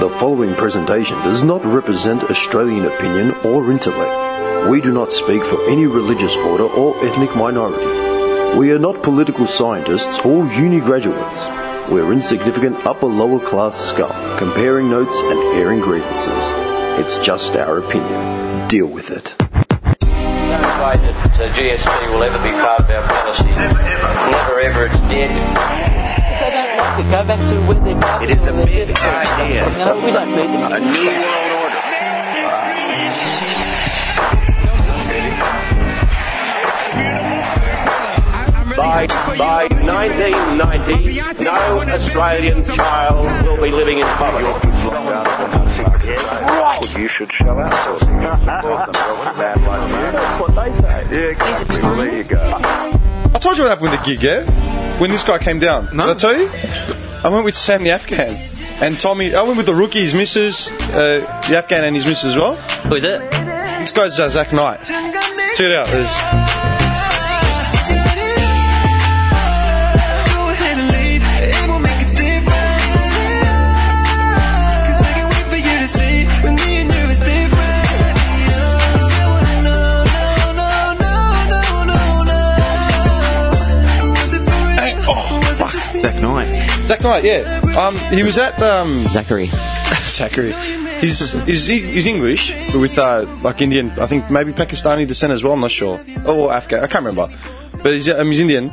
The following presentation does not represent Australian opinion or intellect. We do not speak for any religious order or ethnic minority. We are not political scientists or uni graduates. We're insignificant upper lower class scum comparing notes and airing grievances. It's just our opinion. Deal with it. no way that uh, GST will ever be part of our policy. Never ever. Never ever. It's dead. If they don't like it, go back to where they're from. It is a where they're big from. idea. No, we don't need them. A new world order. By, by 1990, no Australian child will be living in poverty. Right. You should shell out sourcing. You support them. Robert. Bad like you. That's what they say. Yeah, exactly. Well, there you go. I told you what happened with the gig, yeah? When this guy came down. Did I tell you? I went with Sam the Afghan. And Tommy, I went with the rookie, his missus, uh, the Afghan and his missus as well. Who is it? This guy's uh, Zach Knight. Check it out. There's... Hey, oh, fuck. Zach Knight. Zach Knight, yeah. Um, he was at um, Zachary. Zachary. He's, he's, he's English, but with uh, like Indian, I think maybe Pakistani descent as well, I'm not sure. Or Afghan, I can't remember. But he's, um, he's Indian.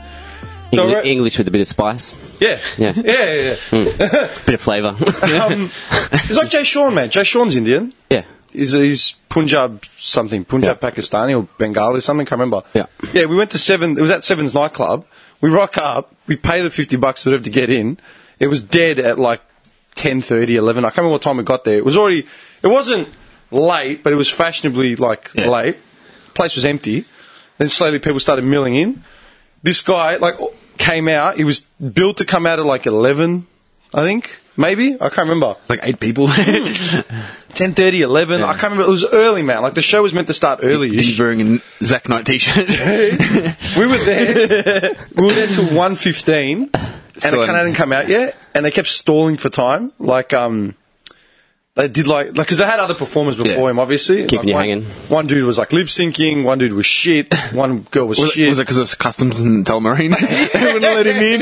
So, Engli- right- English with a bit of spice, yeah. Yeah. Yeah, yeah, yeah. bit of flavour. Um, it's like Jay Sean, man. Jay Sean's Indian. yeah. He's, he's Punjab something, Punjab Yeah. Pakistani or Bengali, something, can't remember. Yeah. Yeah, we went to Seven, it was at Seven's nightclub. We rock up, we pay the 50 bucks whatever to get in. It was dead at like 10.30, 11. I can't remember what time we got there. It was already, it wasn't late, but it was fashionably like late. Place was empty. Then slowly people started milling in. This guy, like, came out. He was billed to come out at like 11, I think. Maybe? I can't remember. like eight people. 10.30, 11. I can't remember. It was early, man. Like, the show was meant to start early. He's wearing a Zack Knight t-shirt. we were there. we were there till 1.15. And Still it hadn't hadn't- come out yet. And they kept stalling for time. Like, um... They did like, like, cause they had other performers before Yeah. him, obviously. Keeping Like, you one, hanging. One dude was like lip syncing, one dude was shit, one girl was, was, shit. it, was it because it was customs in Telmarine? they wouldn't let him in.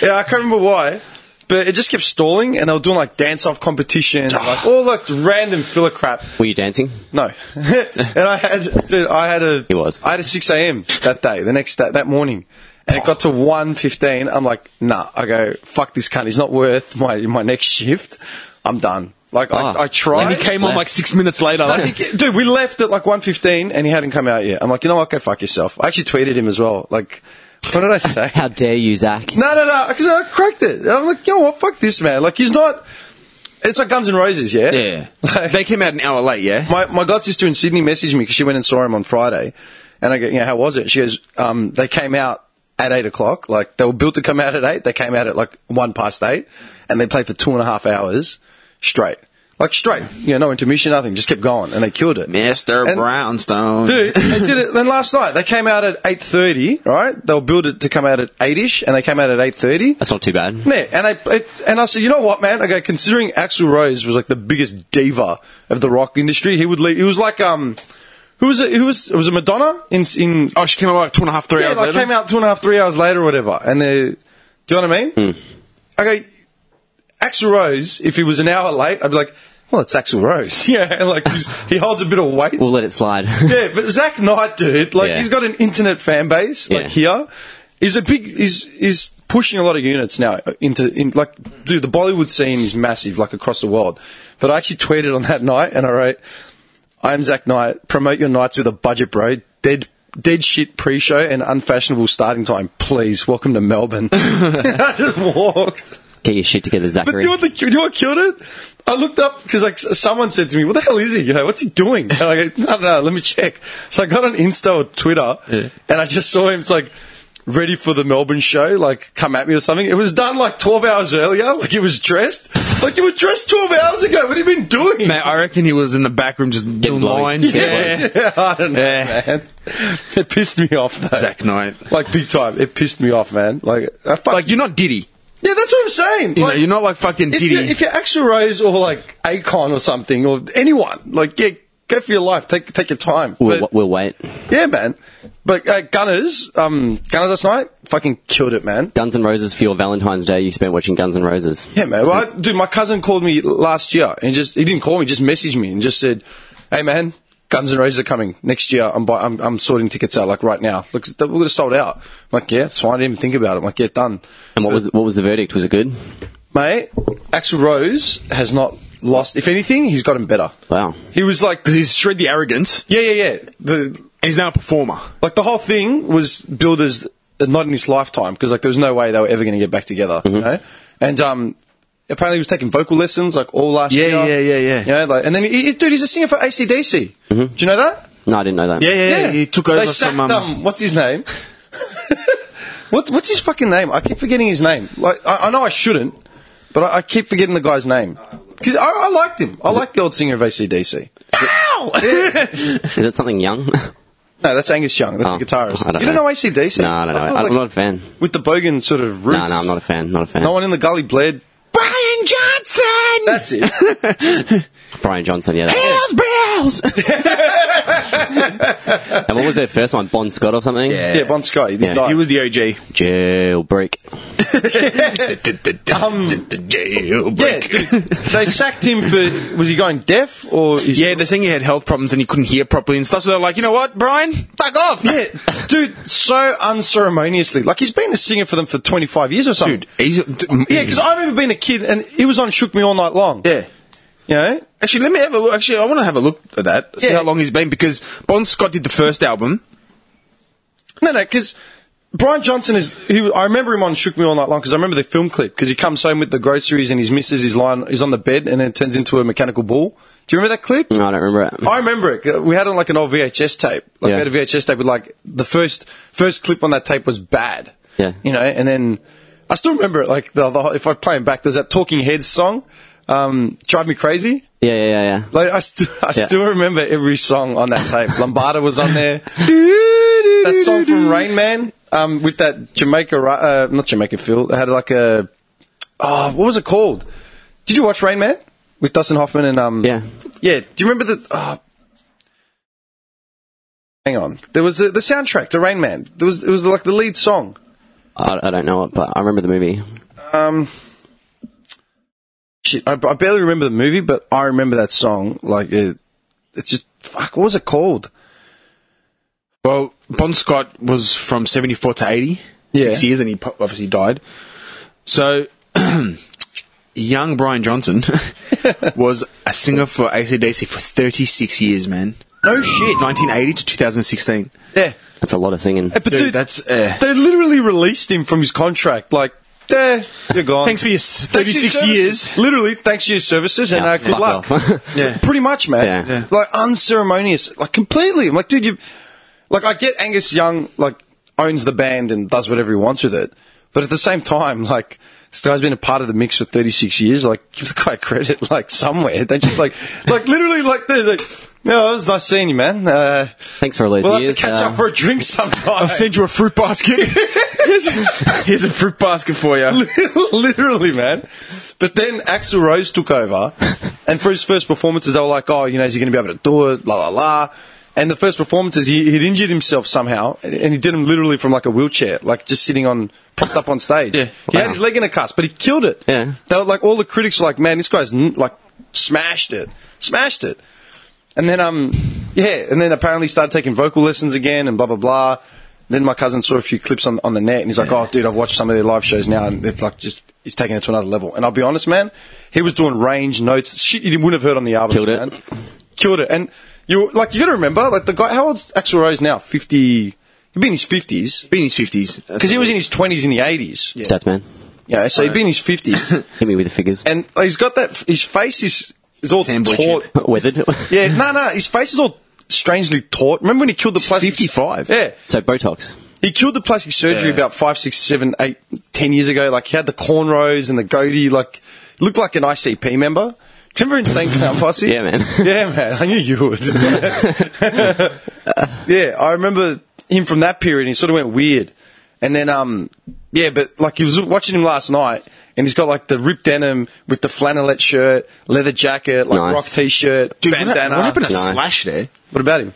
yeah, I can't remember why, but it just kept stalling, and they were doing like dance off competition, like all like random filler crap. Were you dancing? No, and I had, dude, I had a, He was. I had a six a.m. that day, the next that that morning, and it got to one fifteen. I'm like, nah, I go, fuck this cunt. He's not worth my my next shift. I'm done. Like Ah. I, I tried. And he came on like six minutes later. I think- dude, we left at like 1.15 and he hadn't come out yet. I'm like, you know what? Go fuck yourself. I actually tweeted him as well. Like, what did I say? How dare you, Zach? No, no, no, because I cracked it. And I'm like, you know what? Fuck this, man. Like, he's not. It's like Guns N' Roses, yeah? yeah. Like- they came out an hour late, yeah? My, my god sister in Sydney messaged me because she went and saw him on Friday. And I go, you know, how was it? She goes, um, they came out at eight o'clock. Like, they were built to come out at eight. They came out at like one past eight and they played for two and a half hours straight. Like, straight. You know, no intermission, nothing. Just kept going and they killed it. Mr. And- Brownstone. Dude, they did it. Then last night they came out at eight thirty, right? They'll build it to come out at eight ish, and they came out at eight thirty. That's not too bad. Yeah, and I it, and I said, you know what, man? I go, considering Axl Rose was like the biggest diva of the rock industry, he would leave. He was like, um, who was it? Who was it? Was it Madonna in in? Oh, she came out like two and a half, three yeah, hours like later. came out two and a half, three hours later, or whatever. And they, do you know what I mean? I go, Axl Rose. If he was an hour late, I'd be like, well, it's Axl Rose. Yeah, and like he's, he holds a bit of weight. We'll let it slide. Yeah, but Zach Knight, dude, like Yeah. he's got an internet fan base like Yeah. here. He's a big. He's he's pushing a lot of units now into in like dude. The Bollywood scene is massive, like across the world. But I actually tweeted on that night and I wrote, "I'm Zach Knight. Promote your nights with a budget, bro. Dead." Dead shit pre-show and unfashionable starting time. Please, welcome to Melbourne. I just walked. Get your shit together, But do Zachary. you know what, the, do you know what killed it? I looked up because like s- someone said to me, "What the hell is he? You know, what's he doing?" And I go, "No, no, let me check." So I got on Insta or Twitter, and I just saw him. It's like ready for the Melbourne show, like come at me or something. It was done like twelve hours earlier. Like he was dressed, like he was dressed twelve hours ago. What have you been doing? Man, I reckon he was in the back room just doing blowy. lines. Getting Yeah. Yeah, I don't know, Yeah. man. It pissed me off, though. Zack Knight. Like big time, it pissed me off, man. Like, I fuck- Like, you're not Diddy. Yeah, that's what I'm saying. You know, you're not like fucking if Diddy. You're, if you're Axl Rose or like Akon or something or anyone, like yeah, go for your life. Take take your time. We'll, But- we'll wait. yeah, man. But uh, Gunners, um, Gunners last night fucking killed it, man. Guns N' Roses for your Valentine's Day. You spent watching Guns N' Roses. Yeah, man. Well, I, dude, my cousin called me last year and just he didn't call me, just messaged me and just said, "Hey, man, Guns N' Roses are coming next year. I'm buy- I'm, I'm sorting tickets out like right now. Look, we're gonna sold out." I'm like, yeah, that's fine. I didn't even think about it. I'm like, yeah, done, And what was what was the verdict? Was it good? mate. Axel Rose has not lost. If anything, he's gotten better. Wow. He was like, Because he's shred the arrogance, yeah, yeah, yeah. The and he's now a performer. like the whole thing was billed as not in his lifetime because like there was no way they were ever going to get back together, you Mm-hmm. know. And um, apparently he was taking vocal lessons like all last Yeah, year. yeah, yeah, yeah. Mm-hmm. You know, like and then he, he- dude, he's a singer for ACDC. Do you know that? No, I didn't know that. He took over they from sacked, um, um, what's his name? what what's his fucking name? I keep forgetting his name. Like I, I know I shouldn't, but I, I keep forgetting the guy's name. 'Cause I, I liked him. I liked the old singer of ACDC. Is it something young? No, that's Angus Young. That's Oh, the guitarist. I don't you don't know know. ACDC? No, I don't know. thought, I'm not a fan. With the Bogan sort of roots. no, no, I'm not a fan. Not a fan. No one in the gully bled. Brian Johnson. That's it. Brian Johnson. Yeah. That, Hells bells. and what was their first one? Bon Scott or something? yeah, Bon Scott. He, did Yeah. die. He was the OG. Jailbreak. um, Yeah, jailbreak. dude, they sacked him for. Was he going deaf or? Is Yeah, they're saying he had health problems and he couldn't hear properly and stuff. So they're like, you know what, Brian, fuck off. Yeah, dude, so unceremoniously. Like he's been a singer for them for 25 years or something. dude, he's, Yeah, because I remember being a kid and he was on Shook Me All Night Long. yeah. You know? Actually, let me have a look. Actually, I want to have a look at that. See Yeah. how long he's been because Bon Scott did the first album. No, no, because Brian Johnson is. He, I remember him on Shook Me All Night Long because I remember the film clip because he comes home with the groceries and his missus is lying, he's on the bed and then it turns into a mechanical ball. Do you remember that clip? No, I don't remember it. I remember it. We had it on like an old VHS tape. Like Yeah. we had a VHS tape with like the first first clip on that tape was bad. Yeah. You know, and then I still remember it. Like the, the whole- if I play it back, there's that Talking Heads song, um, "Drive Me Crazy." Yeah, yeah, yeah, yeah. Like I, st- I Yeah. still remember every song on that tape. Lombarda was on there. that song from Rain Man um, with that Jamaica, ri- uh, not Jamaican feel. It had like a, oh, what was it called? Did you watch Rain Man with Dustin Hoffman and um? Yeah. Yeah. Do you remember the? Oh, hang on. There was the, the soundtrack to Rain Man. There was it was like the lead song. I, I don't know it, but I remember the movie. Um, shit, I, I barely remember the movie, but I remember that song. Like it, it's just fuck. What was it called? Well, Bon Scott was from 74 to 80, Yeah. six years, and he po- obviously died. So, young Brian Johnson was a singer for ACDC for 36 years, man. No shit. 1980 to 2016. Yeah. That's a lot of singing. But Dude, dude, that's. Uh, they literally released him from his contract. Like, eh, you're gone. thanks for your s- 36 years. Literally, thanks for your services and Yeah, uh, good fuck luck. off. Yeah. Pretty much, man. Yeah. Yeah. Like, unceremonious. Like, completely. I'm like, dude, you. Like, I get Angus Young, like, owns the band and does whatever he wants with it. But at the same time, like, this guy's been a part of the mix for 36 years. Like, give the guy credit, like, somewhere. They just, like, like, literally, like, they're like, no, it was nice seeing you, man. Uh, Thanks for all those we'll have years. to catch uh, up for a drink sometime. I'll send you a fruit basket. here's, a, here's a fruit basket for you. Literally, man. But then Axel Rose took over, and for his first performances, they were like, "Oh, you know, is he going to be able to do it?" La la la. And the first performances, he, he'd injured himself somehow, and and he did them literally from like a wheelchair, like just sitting on propped up on stage. Yeah. he had his leg in a cast, but he killed it. Yeah. they were like all the critics were like, "Man, this guy's n- like smashed it, smashed it." And then um yeah, and then apparently started taking vocal lessons again and blah blah blah. Then my cousin saw a few clips on, on the net and he's like, Oh dude, I've watched some of their live shows now and it's like just he's taking it to another level. And I'll be honest, man, he was doing range notes, shit you wouldn't have heard on the album. Killed it. man. Killed it. And you like you gotta remember, like the guy how old's Axel Rose now? Fifty he'd be in his fifties. Been in his 50s. Because he was in his twenties in the eighties. Yeah. Stats man. You know, so he'd be in his fifties. Hit me with the figures. and he's got that his face is is all Sandwich taut. it. Weathered. Yeah, no, no. His face is all strangely taut. Remember when he killed the plastic? 55. Yeah, So Botox. he killed the plastic surgery Yeah. about five, six, seven, eight, ten years ago. Like he had the cornrows and the goatee. Like he looked like an ICP member. Do you Remember in St. Clown Posse? Yeah, man. Yeah, man. I knew you would. yeah, I remember him from that period. He sort of went weird, and then um, Yeah, but like he was watching him last night, and he's got like the ripped denim with the flannelette shirt, leather jacket, like Nice. rock t-shirt, Dude, what, bandana. what happened to Nice. Slash there? What about him?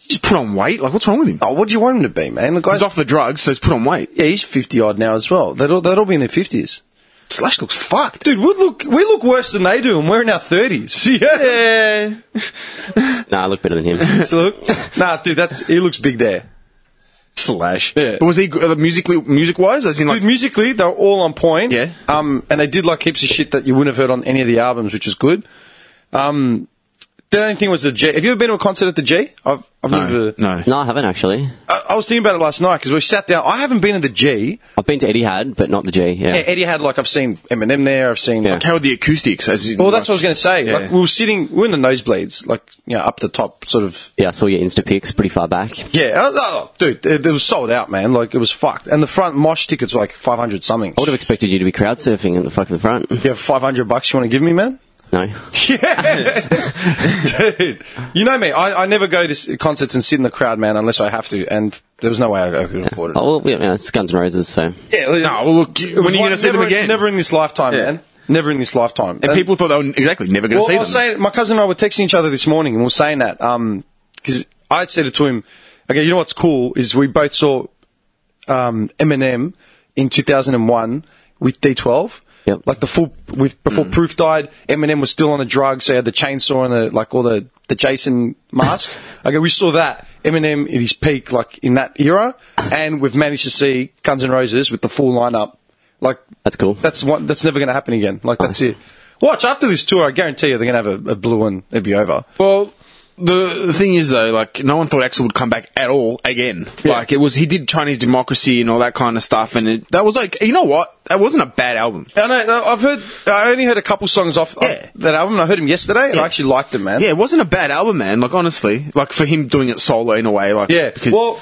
He just put on weight. Like, what's wrong with him? Oh, what do you want him to be, man? The guy's He's off the drugs, so he's put on weight. Yeah, he's fifty odd now as well. They'd all, they'd all be in their fifties. Slash looks fucked. Dude, we look we look worse than they do, and we're in our thirties. Yeah. Nah, I look better than him. so look, nah, dude, that's he looks big there. Slash. Yeah. But was he uh, musically music wise? As in like Dude, musically, they were all on point. Yeah. Um, and they did like heaps of shit that you wouldn't have heard on any of the albums, which is good. Um, the only thing was the G. Have you ever been to a concert at the G? I've, I've no, never. no. no, I haven't actually. I, I was thinking about it last night because we sat down. I haven't been to the G. I've been to Eddie Had, but not the G. Yeah. Yeah, Eddie had like I've seen Eminem there. I've seen. Yeah. Like, How are the acoustics? As in, well, that's what I like- was going to say. Yeah. Like we were sitting, we we're in the nosebleeds, like you know, up the top, sort of. Yeah, I saw your Insta pics pretty far back. Yeah, oh, oh, dude, it, it was sold out, man. Like it was fucked, and the front mosh tickets were like five hundred something. I would have expected you to be crowd surfing in the fucking front. You have five hundred bucks you want to give me, man? No. Yeah. Dude, you know me. I, I never go to s- concerts and sit in the crowd, man, unless I have to. And there was no way I, I could afford it. Oh, well, yeah, yeah, it's Guns N' Roses, so. yeah, no, well, look, when are you gonna see them again? Never in this lifetime, Yeah. man. Never in this lifetime. And people thought they were exactly never going to well, see I them. was saying, my cousin and I were texting each other this morning, and we were saying that because I said it to him. Okay, you know what's cool is we both saw um, Eminem in 2001 with D12. Yep. Like the full with before Mm. Proof died, Eminem was still on the drugs. So he had the chainsaw and the like all the the Jason mask. okay, we saw that Eminem at his peak, like in that era, and we've managed to see Guns N' Roses with the full lineup. Like That's cool. that's one. That's never going to happen again. Like that's Nice. it. Watch after this tour. I guarantee you they're going to have a, a blue one. It'll be over. Well, the, the thing is though, like no one thought Axel would come back at all again. Like it was, he did Chinese Democracy and all that kind of stuff, and it, that was like, you know what? That wasn't a bad album. I know. no, I've heard. I only heard a couple songs off, off Yeah. that album. I heard him yesterday, and I actually liked him, man. Yeah, it wasn't a bad album, man. Like honestly, like for him doing it solo in a way, like Yeah. because well,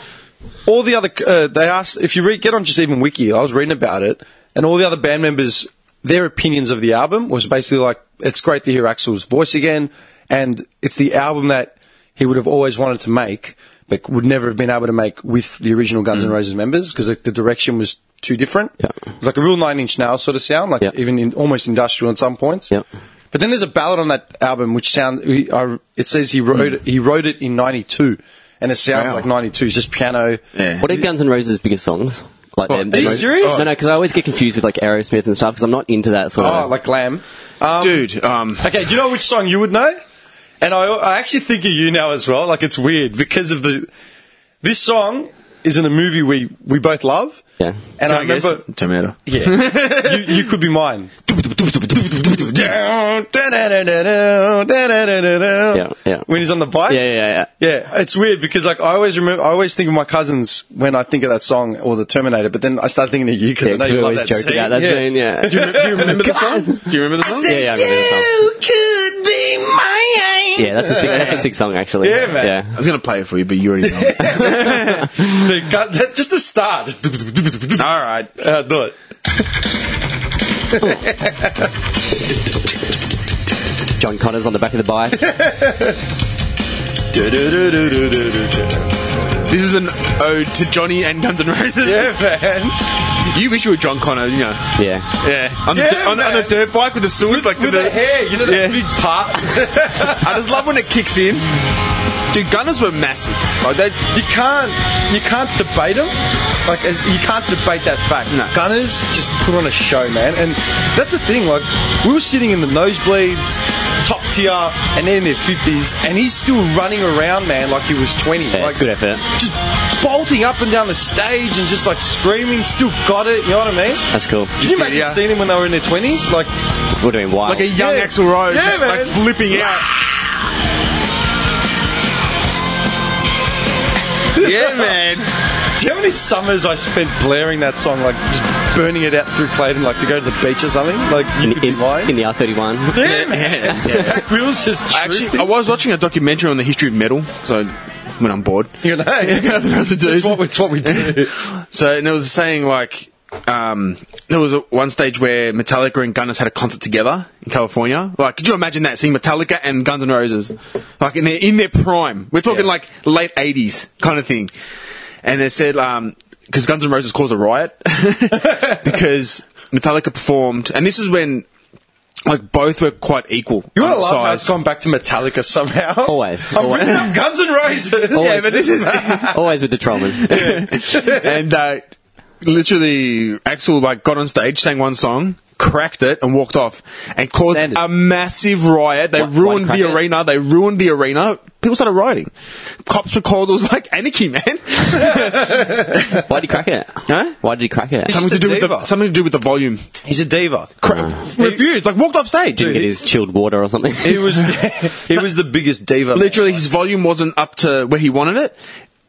all the other uh, they asked if you read, get on just even wiki. I was reading about it, and all the other band members, their opinions of the album was basically like, it's great to hear Axel's voice again, and it's the album that he would have always wanted to make, but would never have been able to make with the original Guns N' Roses members because like, the direction was too different. Mm. Yeah. It's like a real Nine Inch Nails sort of sound, like Yeah. even in, almost industrial at some points. Yep. But then there's a ballad on that album which sounds. It says he wrote it, he wrote it in '92, and it sounds Wow. like '92 is just piano. Yeah. What are Guns N' Roses' biggest songs? Like, What, are you serious? No, no, because I always get confused with like Aerosmith and stuff because I'm not into that sort Oh, of. like glam. Um, dude, um, Okay, do you know which song you would know? And I, I actually think of you now as well. Like it's weird because of the. This song is in a movie we we both love. Yeah. And I remember. Terminator. Yeah. you, you could be mine. Yeah, yeah. When he's on the bike. Yeah, yeah, yeah. Yeah, it's weird because like I always remember, I always think of my cousins when I think of that song or the Terminator, but then I start thinking of you because Yeah, I know 'cause we you love always that joke scene. about that scene, yeah. Do you, remember, do you remember the song? Do you remember the song? Yeah, yeah, I remember the song. could be mine. Yeah, that's a sick, that's a sick song actually. Yeah, man. I was going to play it for you, but you already know. Dude, God, that- just a start. All right, uh, do it. Yeah. John Connor's on the back of the bike. this is an ode to Johnny and Guns N' Roses. Yeah, man. You wish you were John Connor, you know. yeah. Yeah, on, Yeah, the, di- on, on man. the dirt bike with the swords, like With the hair, you know that big part. I just love when it kicks in. Dude, Gunners were massive. Like they, Oh, you can't you can't debate them. Like as, you can't debate that fact. No. Gunners just put on a show, man, and that's the thing. Like we were sitting in the nosebleeds, top tier, and they're in their fifties, and he's still running around, man, like he was twenty. Yeah, like it's good effort. Just bolting up and down the stage and just like screaming, still got it. You know what I mean? That's cool. Did you imagine yeah. seeing him when they were in their twenties? Like Would have been wild. Like a young Yeah. Axl Rose, Yeah, just like man. flipping out. yeah, man. Do you know how many summers I spent blaring that song, like just burning it out through Clayton, like to go to the beach or something? Like you in, could be lying. in, in the R31. yeah, man. That Will's just I actually, I was watching a documentary on the history of metal, so when I'm bored. you know, nothing else to do. It's what, we- it's what we do. So, and there was a saying like, um, there was a, one stage where Metallica and Gunners had a concert together in California. Like, could you imagine that? Seeing Metallica and Guns N' Roses, like in their in their prime. We're talking Yeah. like late '80s kind of thing. And they said um, because Guns N' Roses caused a riot because Metallica performed, and this is when like both were quite equal. You on want to love how size. it's gone back to Metallica somehow. Always. I'm Always. bringing up Guns N' Roses. Always. but this is Always with the Trollman. and uh, literally, Axel like got on stage, sang one song, cracked it, and walked off, and caused Standard. a massive riot. They Why- why ruined crack the it? arena. They ruined the arena. People started rioting. Cops were called. It was like anarchy, man. Why did he crack it? Huh? Why did he crack it? something to a do with the diva. something to do with the volume. he's a diva. Crap. Refused. Like walked off stage. Didn't get his chilled water or something. He was he was the biggest diva. Literally, his volume wasn't up to where he wanted it.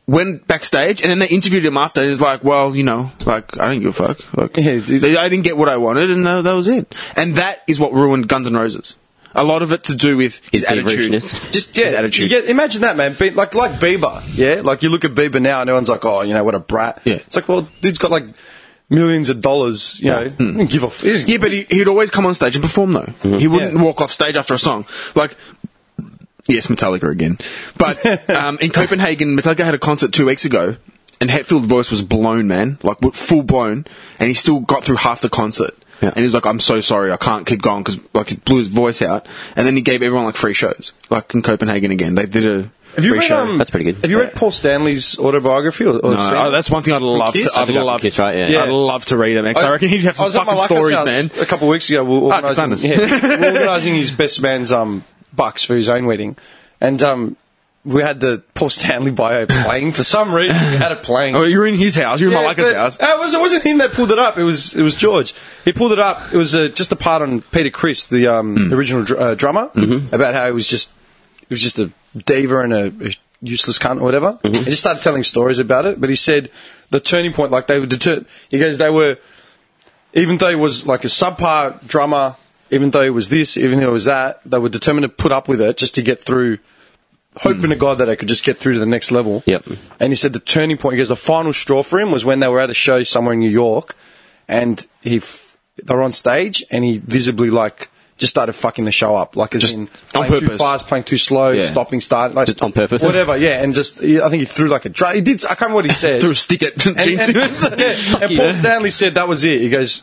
Went backstage, and then they interviewed him after. And he's like, "Well, you know, like I don't give a fuck. Like, Yeah, dude. they- I didn't get what I wanted, and that, that was it. And that is what ruined Guns N' Roses. A lot of it to do with his, His attitude. beeverishness. Just yeah, His attitude. You get, imagine that man, Be- like like Bieber, yeah. Like you look at Bieber now, and everyone's like, oh, you know what a brat. Yeah. It's like, well, dude's got like millions of dollars. You know, he doesn't give a f- he doesn't- Yeah, but he, he'd always come on stage and perform though. He wouldn't Mm-hmm. Yeah. walk off stage after a song. Like, yes, Metallica again. But um, in Copenhagen, Metallica had a concert two weeks ago, and Hetfield's voice was blown, man, like w- full blown, and he still got through half the concert. Yeah. And he's like, "I'm so sorry, I can't keep going because like he blew his voice out." And then he gave everyone like free shows, like in Copenhagen again. They did a Have you free read show. um, That's pretty good. Have you read Paul Stanley's autobiography? Or, or no, seen I- it? that's one thing I'd love. To, Kiss? I'd I think love. Kiss, right? Yeah. Yeah. I'd love to read him. Because I reckon he'd have I some was at fucking my wife's stories, house man. A couple of weeks ago, we were Ah, organising, it's yeah, we were organising his best man's um, bucks for his own wedding, and um, we had the Paul Stanley bio playing for some reason. We had it playing. Oh, you're in his house. You're in Yeah, Malaka's but- house. uh, It, was, it wasn't him that pulled it up. It was it was George. He pulled it up. It was uh, just a part on Peter Chris, the um, original dr- uh, drummer, about how he was just it was just a diva and a, a useless cunt or whatever. He just started telling stories about it. But he said the turning point, like they were deter- He goes, they were even though he was like a subpar drummer, even though he was this, even though it was that, they were determined to put up with it just to get through, hoping to God that they could just get through to the next level. Yep. And he said the turning point, because the final straw for him was when they were at a show somewhere in New York, and he, f- they were on stage, and he visibly like just started fucking the show up, like as Just in on playing too purpose. fast, playing too slow, Yeah. stopping, starting, like Just on purpose. whatever. Yeah, and just he- I think he threw like a dra- he did. I can't remember what he said. Threw a stick at Gene And, and, Simmons. yeah, and Paul Stanley said that was it. He goes,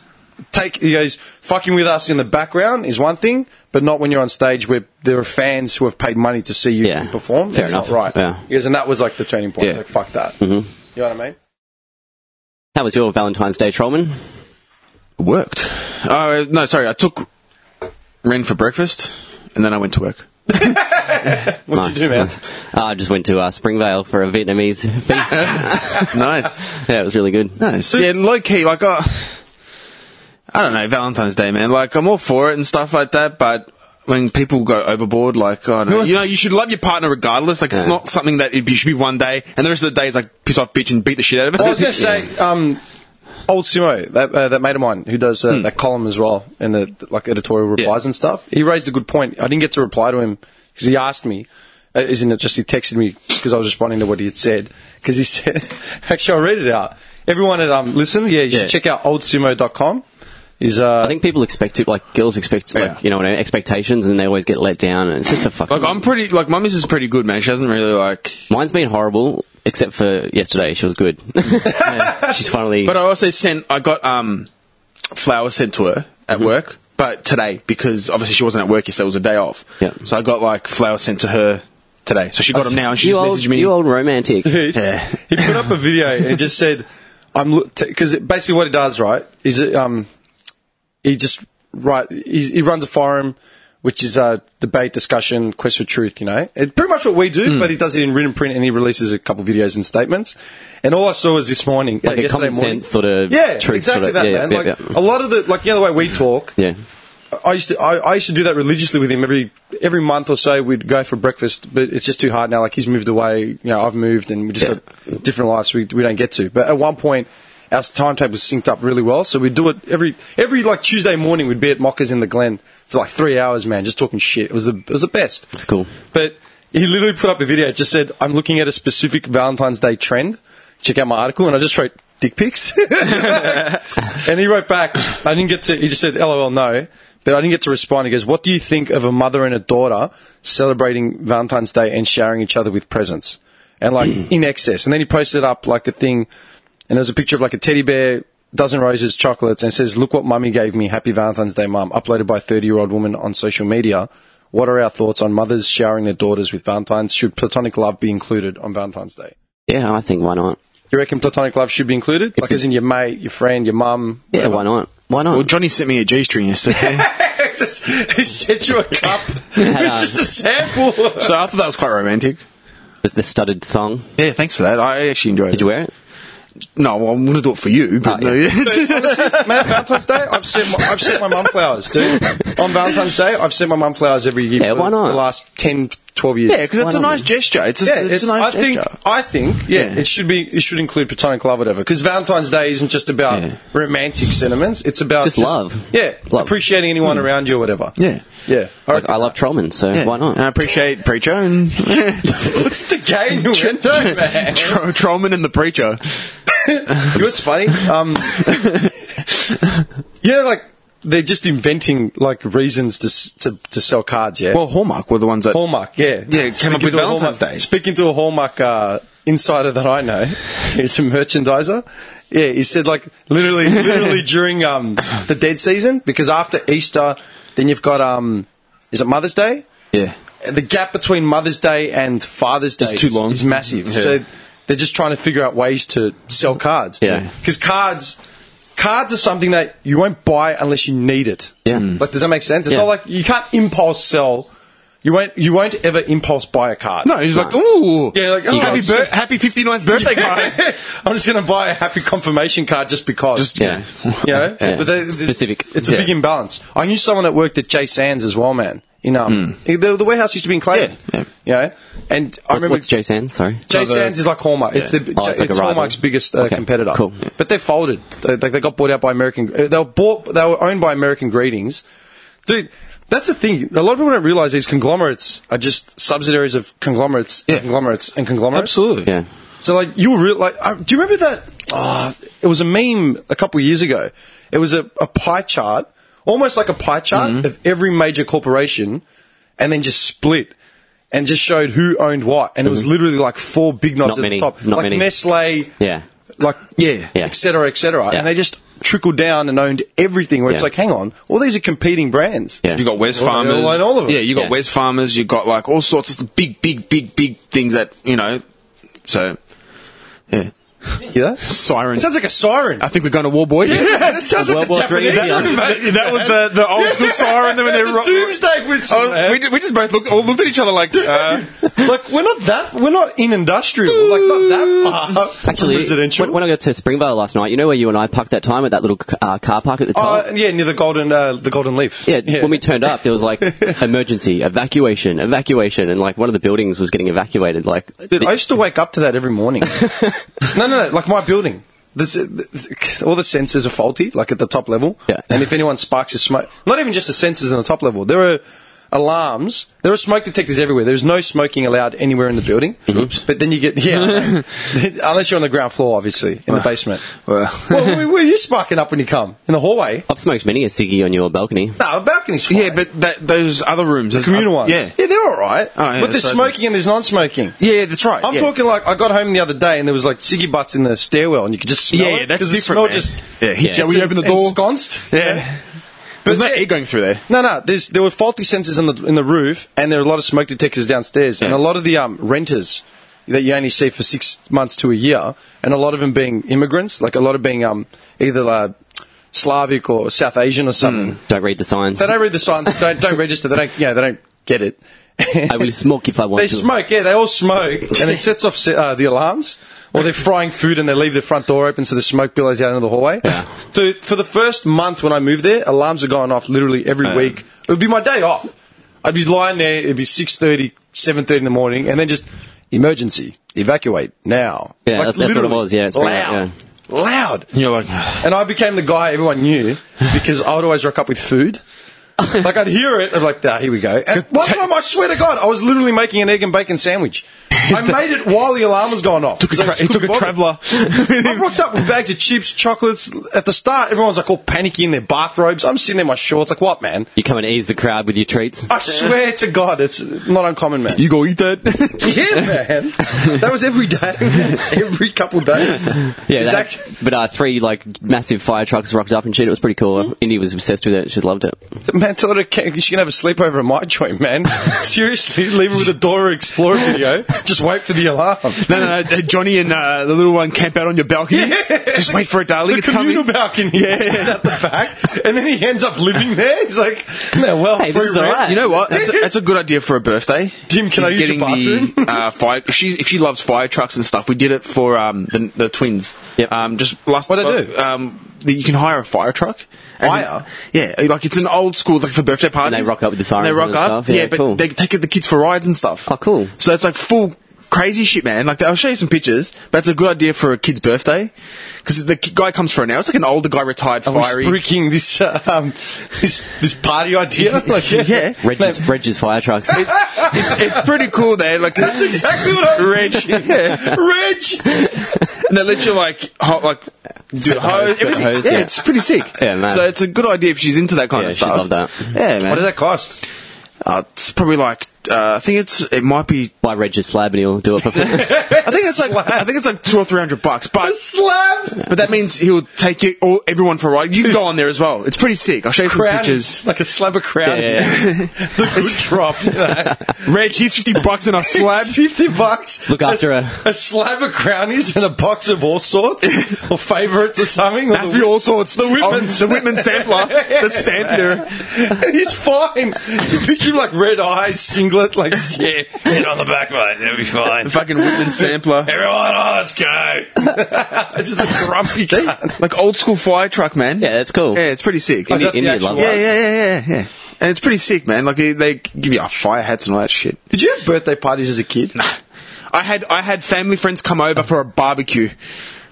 take. He goes, fucking with us in the background is one thing, but not when you're on stage where there are fans who have paid money to see you Yeah. perform. Fair That's enough. not right. Yeah. Mm-hmm. He goes, and that was like the turning point. It's Yeah. like fuck that. You know what I mean? How was your Valentine's Day, Trollman? worked. Oh no, sorry. I took Ren for breakfast, and then I went to work. What would Nice, you do, man? nice. Uh, I just went to uh, Springvale for a Vietnamese feast. nice, yeah, it was really good. nice. yeah, low key. Like, uh, I don't know Valentine's Day, man. Like, I'm all for it and stuff like that, but. When people go overboard, like oh, I don't know. you know, you should love your partner regardless. Like it's Yeah. not something that it, you should be one day, and the rest of the day is like piss off, bitch, and beat the shit out of it. Well, I was going to say, um, old Simo, that uh, that mate of mine who does uh, that column as well and the like editorial replies and stuff. He raised a good point. I didn't get to reply to him because he asked me. Uh, isn't it just he texted me because I was responding to what he had said? Because he said, actually, I'll read it out. Everyone that um, listens, yeah, you should Yeah. check out oldsumo.com. Is uh, I think people expect it, like girls expect, like Yeah. you know what I mean, expectations, and they always get let down, and it's just a fucking. like I'm pretty, like my missus is pretty good, man. She doesn't really like Mine's been horrible, except for yesterday. She was good. She's finally. But uh, I also sent, I got um, flowers sent to her at work, but today because obviously she wasn't at work yesterday, it was a day off. Yeah. So I got like flowers sent to her today. So she got them now, and she you just old, messaged me. you old romantic. He- he put up a video and just said, "I'm because basically what he does, right, is it, um, he just right he, he runs a forum, which is a debate, discussion, quest for truth. You know, it's pretty much what we do, Hmm. but he does it in written print and he releases a couple videos and statements. And all I saw was this morning, uh, Like a yesterday common morning. sense sort of yeah, truth exactly sort of- that, yeah, man. yeah, like yeah. a lot of the like you know, the way we talk, Yeah. I used to I, I used to do that religiously with him every every month or so. We'd go for breakfast, but it's just too hard now. Like he's moved away, you know, I've moved, and we just got different lives. We we don't get to. But at one point, our timetable was synced up really well, so we'd do it every every like Tuesday morning. We'd be at Mockers in the Glen for like three hours, man, just talking shit. It was the it was the best. It's cool. But he literally put up a video. It just said, "I'm looking at a specific Valentine's Day trend. Check out my article." And I just wrote dick pics. and he wrote back. I didn't get to. He just said, "LOL, no." But I didn't get to respond. He goes, "What do you think of a mother and a daughter celebrating Valentine's Day and showering each other with presents?" And like in excess. And then he posted up like a thing and there's a picture of like a teddy bear, dozen roses, chocolates, and it says, "Look what mummy gave me. Happy Valentine's Day, mum." Uploaded by a 30 year old woman on social media. What are our thoughts on mothers showering their daughters with valentines? Should platonic love be included on Valentine's Day? Yeah, I think why not? You reckon platonic love should be included? Like, as in your mate, your friend, your mum? Yeah, whatever. why not? Why not? Well, Johnny sent me a G string yesterday. It's just- he sent you a cup. it's just a sample. so I thought that was quite romantic. the, the studded thong. Yeah, thanks for that. I actually enjoyed Did it. you wear it? No, well, I'm going to do it for you. But Oh, no, yeah. Man, Valentine's Day, I've sent my, I've sent my mum flowers, dude. On Valentine's Day, I've sent my mum flowers every year Yeah, for why not? the last 10, 12 years. Yeah, because it's a not? nice gesture. It's, just, Yeah, it's, it's, a nice I think gesture. I think yeah, Yeah. it should be it should include platonic love, whatever. Because Valentine's Day isn't just about Yeah. romantic sentiments; it's about Just love. Yeah, Love. appreciating anyone around you, or whatever. Yeah. yeah. I Like, reckon- I love Trollman, so Yeah. why not? And I appreciate preacher and What's the gay innuendo, man? Tro- Trollman and the preacher. You know what's funny? Um, yeah, like they're just inventing like reasons to s- to, to sell cards. Yeah, Well, Hallmark were the ones that. Hallmark. Yeah, Yeah, it came up with to a Valentine's Hallmark- Day. Speaking to a Hallmark uh, insider that I know, who's a merchandiser. Yeah, he said like literally, literally during um, the dead season because after Easter, then you've got um, is it Mother's Day? Yeah. the gap between Mother's Day and Father's Day too long. is massive. Yeah. So they're just trying to figure out ways to sell cards. Yeah. Because cards cards are something that you won't buy unless you need it. Yeah. Mm. Like does that make sense? It's Yeah. not like you can't impulse sell. You won't you won't ever impulse buy a card. No, he's like, ooh. Yeah, like, oh, happy, it's- bir- happy 59th birthday card. I'm just going to buy a happy confirmation card just because. Just- Yeah. You know? Yeah. But there's- it's- Specific. It's a Yeah. big imbalance. I knew someone that worked at Jay Sands as well, man. In, Hmm. um, the, the warehouse used to be in Clayton. Yeah, You know? And I What's, remember. what's Jay Sands? Sorry. Jay Another- Sands is like Hallmark. It's the Oh, it's like it's a rival. Hallmark's biggest uh, Okay, competitor. cool. But they folded. They, they they got bought out by American. uh, They were bought. They were owned by American Greetings. Dude, that's the thing. A lot of people don't realize these conglomerates are just subsidiaries of conglomerates, and Yeah. conglomerates, and conglomerates. Absolutely. Yeah. So like you were real, like uh, do you remember that? Uh, it was a meme a couple of years ago. It was a, a pie chart, almost like a pie chart Mm-hmm. of every major corporation, and then just split. And just showed who owned what, and it was literally like four big Mm-hmm. Not nods at many, the top, not like many. Nestle, Yeah. like Yeah. Yeah. et cetera, et cetera. Yeah. And they just trickled down and owned everything. Where it's Yeah. like, hang on, all these are competing brands. Yeah. You got West Well, Farmers. well, and all of it. Yeah, you got Yeah. West Farmers. You got like all sorts of big, big, big, big things that you know. So, yeah, Yeah, siren. sounds like a siren. I think we're going to war, boys. That sounds like World the War Three, Japanese yeah. one, mate. that was the, the old school siren when they The were doomsday whistle. man. we, ju- we just both looked, all looked at each other like, uh, like we're not that we're not in industrial like not that far Actually, residential When, when I got to Springvale last night, you know where you and I parked that time at that little c- uh, car park at the top. uh, yeah near the golden uh, the golden leaf yeah, when we turned up, there was like emergency, evacuation, evacuation, and like one of the buildings was getting evacuated. Like, Dude, I used to wake up to that every morning no no no like my building this, all the sensors are faulty like at the top level Yeah. and if anyone sparks a smoke not even just the sensors in the top level there are alarms there are smoke detectors everywhere there's no smoking allowed anywhere in the building but then you get yeah unless you're on the ground floor obviously in the basement well, well, where, where are you sparking up when you come in the hallway I've smoked many a ciggy on your balcony. no, a balcony's fine. yeah, but that, those other rooms, those communal oth- ones. Yeah, yeah, they're all right. Oh, yeah, but there's so- smoking and there's non-smoking. yeah, that's right. I'm yeah. talking like I got home the other day and there was like ciggy butts in the stairwell and you could just smell Yeah, it. yeah, that's 'cause the different, smell man. Just Yeah, he- shall we it's open the en- door? Ensconced. Yeah, there's no air going through there. No, no. There's there were faulty sensors in the in the roof, and there are a lot of smoke detectors downstairs, and a lot of the um, renters that you only see for six months to a year, and a lot of them being immigrants, like a lot of being um either uh, Slavic or South Asian or something. Hmm. Don't read the signs. They don't read the signs. don't don't register. They don't. Yeah, they don't get it. I will smoke if I want They to. smoke, yeah, they all smoke, and it sets off uh, the alarms. Or they're frying food and they leave the front door open so the smoke billows out into the hallway. Dude, for the first month when I moved there, alarms are going off literally every week. It would be my day off. I'd be lying there, it'd be 6.30, 7.30 in the morning, and then just, emergency, evacuate, now. Yeah, that's- that's what it literally was, yeah, it's been like- loud. Loud. And you're like, And I became the guy everyone knew because I would always rock up with food. like I'd hear it, I'm like, ah, here we go. And one time, I swear to God, I was literally making an egg and bacon sandwich. I made it while the alarm was going off. Took a 'cause I tra- just he took couldn't a bother. I traveller. rocked up with bags of chips, chocolates. At the start, everyone's like all panicky in their bathrobes. I'm sitting there in my shorts, like, what, man? You come and ease the crowd with your treats. I swear to God, it's not uncommon, man. You go eat that. yeah, man. That was every day, every couple of days. Yeah, It's that- act- but uh, three like massive fire trucks rocked up and shit. It was pretty cool. Hmm. Indy was obsessed with it. She loved it. Man, tell her to ca- she can have a sleepover at my joint, man. Seriously, leave her with a Dora Explorer video. Just wait for the alarm. No, no, no. Johnny and uh, the little one camp out on your balcony. Yeah. Just wait for it, darling. The it's communal coming. balcony. Yeah, at the back, and then he ends up living there. He's like, no, well, Hey, this free is rent. alright. you know what? That's a, that's a good idea for a birthday. Jim, can I use your The, bathroom? uh, fire, if, she's, if she loves fire trucks and stuff, we did it for um, the, the twins. Yep. Um, just last. What'd I do? Um, that you can hire a fire truck. as in- Hire? yeah, like it's an old school like for birthday parties. rock up with the sirens And they rock and up. stuff. Yeah, but cool. they take the kids for rides and stuff. Oh, cool. So it's like full crazy shit, man. Like I'll show you some pictures, but it's a good idea for a kid's birthday because the ki- guy comes for an hour. It's like an older guy, retired, Are Oh, we fiery. spruiking this, uh, um, this this party idea? Like, yeah. Yeah. Reg's, Reg's fire trucks. it's, it's pretty cool, man. Like That's exactly what I was Reg, yeah. Reg! and they let you like ho like do the hose, hose, everything. hose, yeah, yeah. it's pretty sick. Yeah, man. So it's a good idea if she's into that kind Yeah, of she'd stuff. love that. Yeah, man. What did that cost? Uh, it's probably like uh, I think it's it might be. Buy Reg's slab and he'll do it for free. I think it's like I think it's like two or three hundred bucks, but. Slab! But that means he'll take you, all, everyone for a ride. You can go on there as well. It's pretty sick. I'll show you some Crown, pictures. like a slab of crown. Yeah, the good drop. you know. Reg, he's 50 bucks and a slab. It's fifty bucks. Look after a, her. a slab of crownies and a box of all sorts or favourites or something. or That's the- me all sorts. The Whitman's. the Whitman sampler. The sampler. And he's fine. You picture him like red eyes, singlet, like yeah, head on the back, mate. That'll be fine. The fucking Whitman sampler. Everyone, oh, let's go. Just a grumpy cunt. Like old school fire truck, man. yeah, that's cool. Yeah, it's pretty sick. Indy, that the Indy actual loved Yeah, it. yeah, yeah, yeah, yeah. And it's pretty sick, man. Like they- they give you uh, fire hats and all that shit. Did you have birthday parties as a kid? I had I had family friends come over for a barbecue.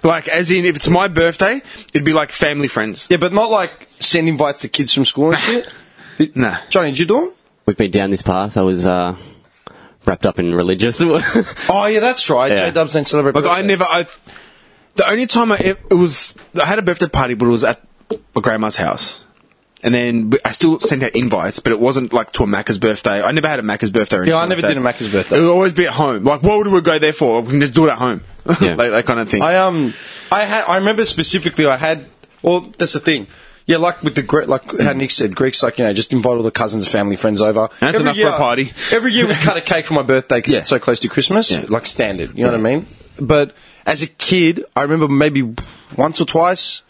Like as in, if it's my birthday, it'd be like family friends. Yeah, but not like send invites to kids from school and shit. Nah. Johnny, did you do 'em? We've been down this path. I was uh, wrapped up in religious. Oh yeah, that's right. Yeah. J Dubs didn't celebrate. Like I birthdays. never. I the only time I ev- it was I had a birthday party, but it was at my grandma's house. And then but I still sent out invites, but it wasn't like to a Macca's birthday. I never had a Macca's birthday. Or Yeah, I anything never like did a that. Macca's birthday. It would always be at home. Like, what would we go there for? We can just do it at home. Yeah. like that kind of thing. I um, I had. I remember specifically. I had. Well, that's the thing. Yeah, like with the Greek, like how Nick said, Greeks like you know just invite all the cousins and family friends over. That's enough for a year- party. Every year we cut a cake for my birthday because it's so close to Christmas, like standard. You know what I mean? But as a kid, I remember maybe once or twice.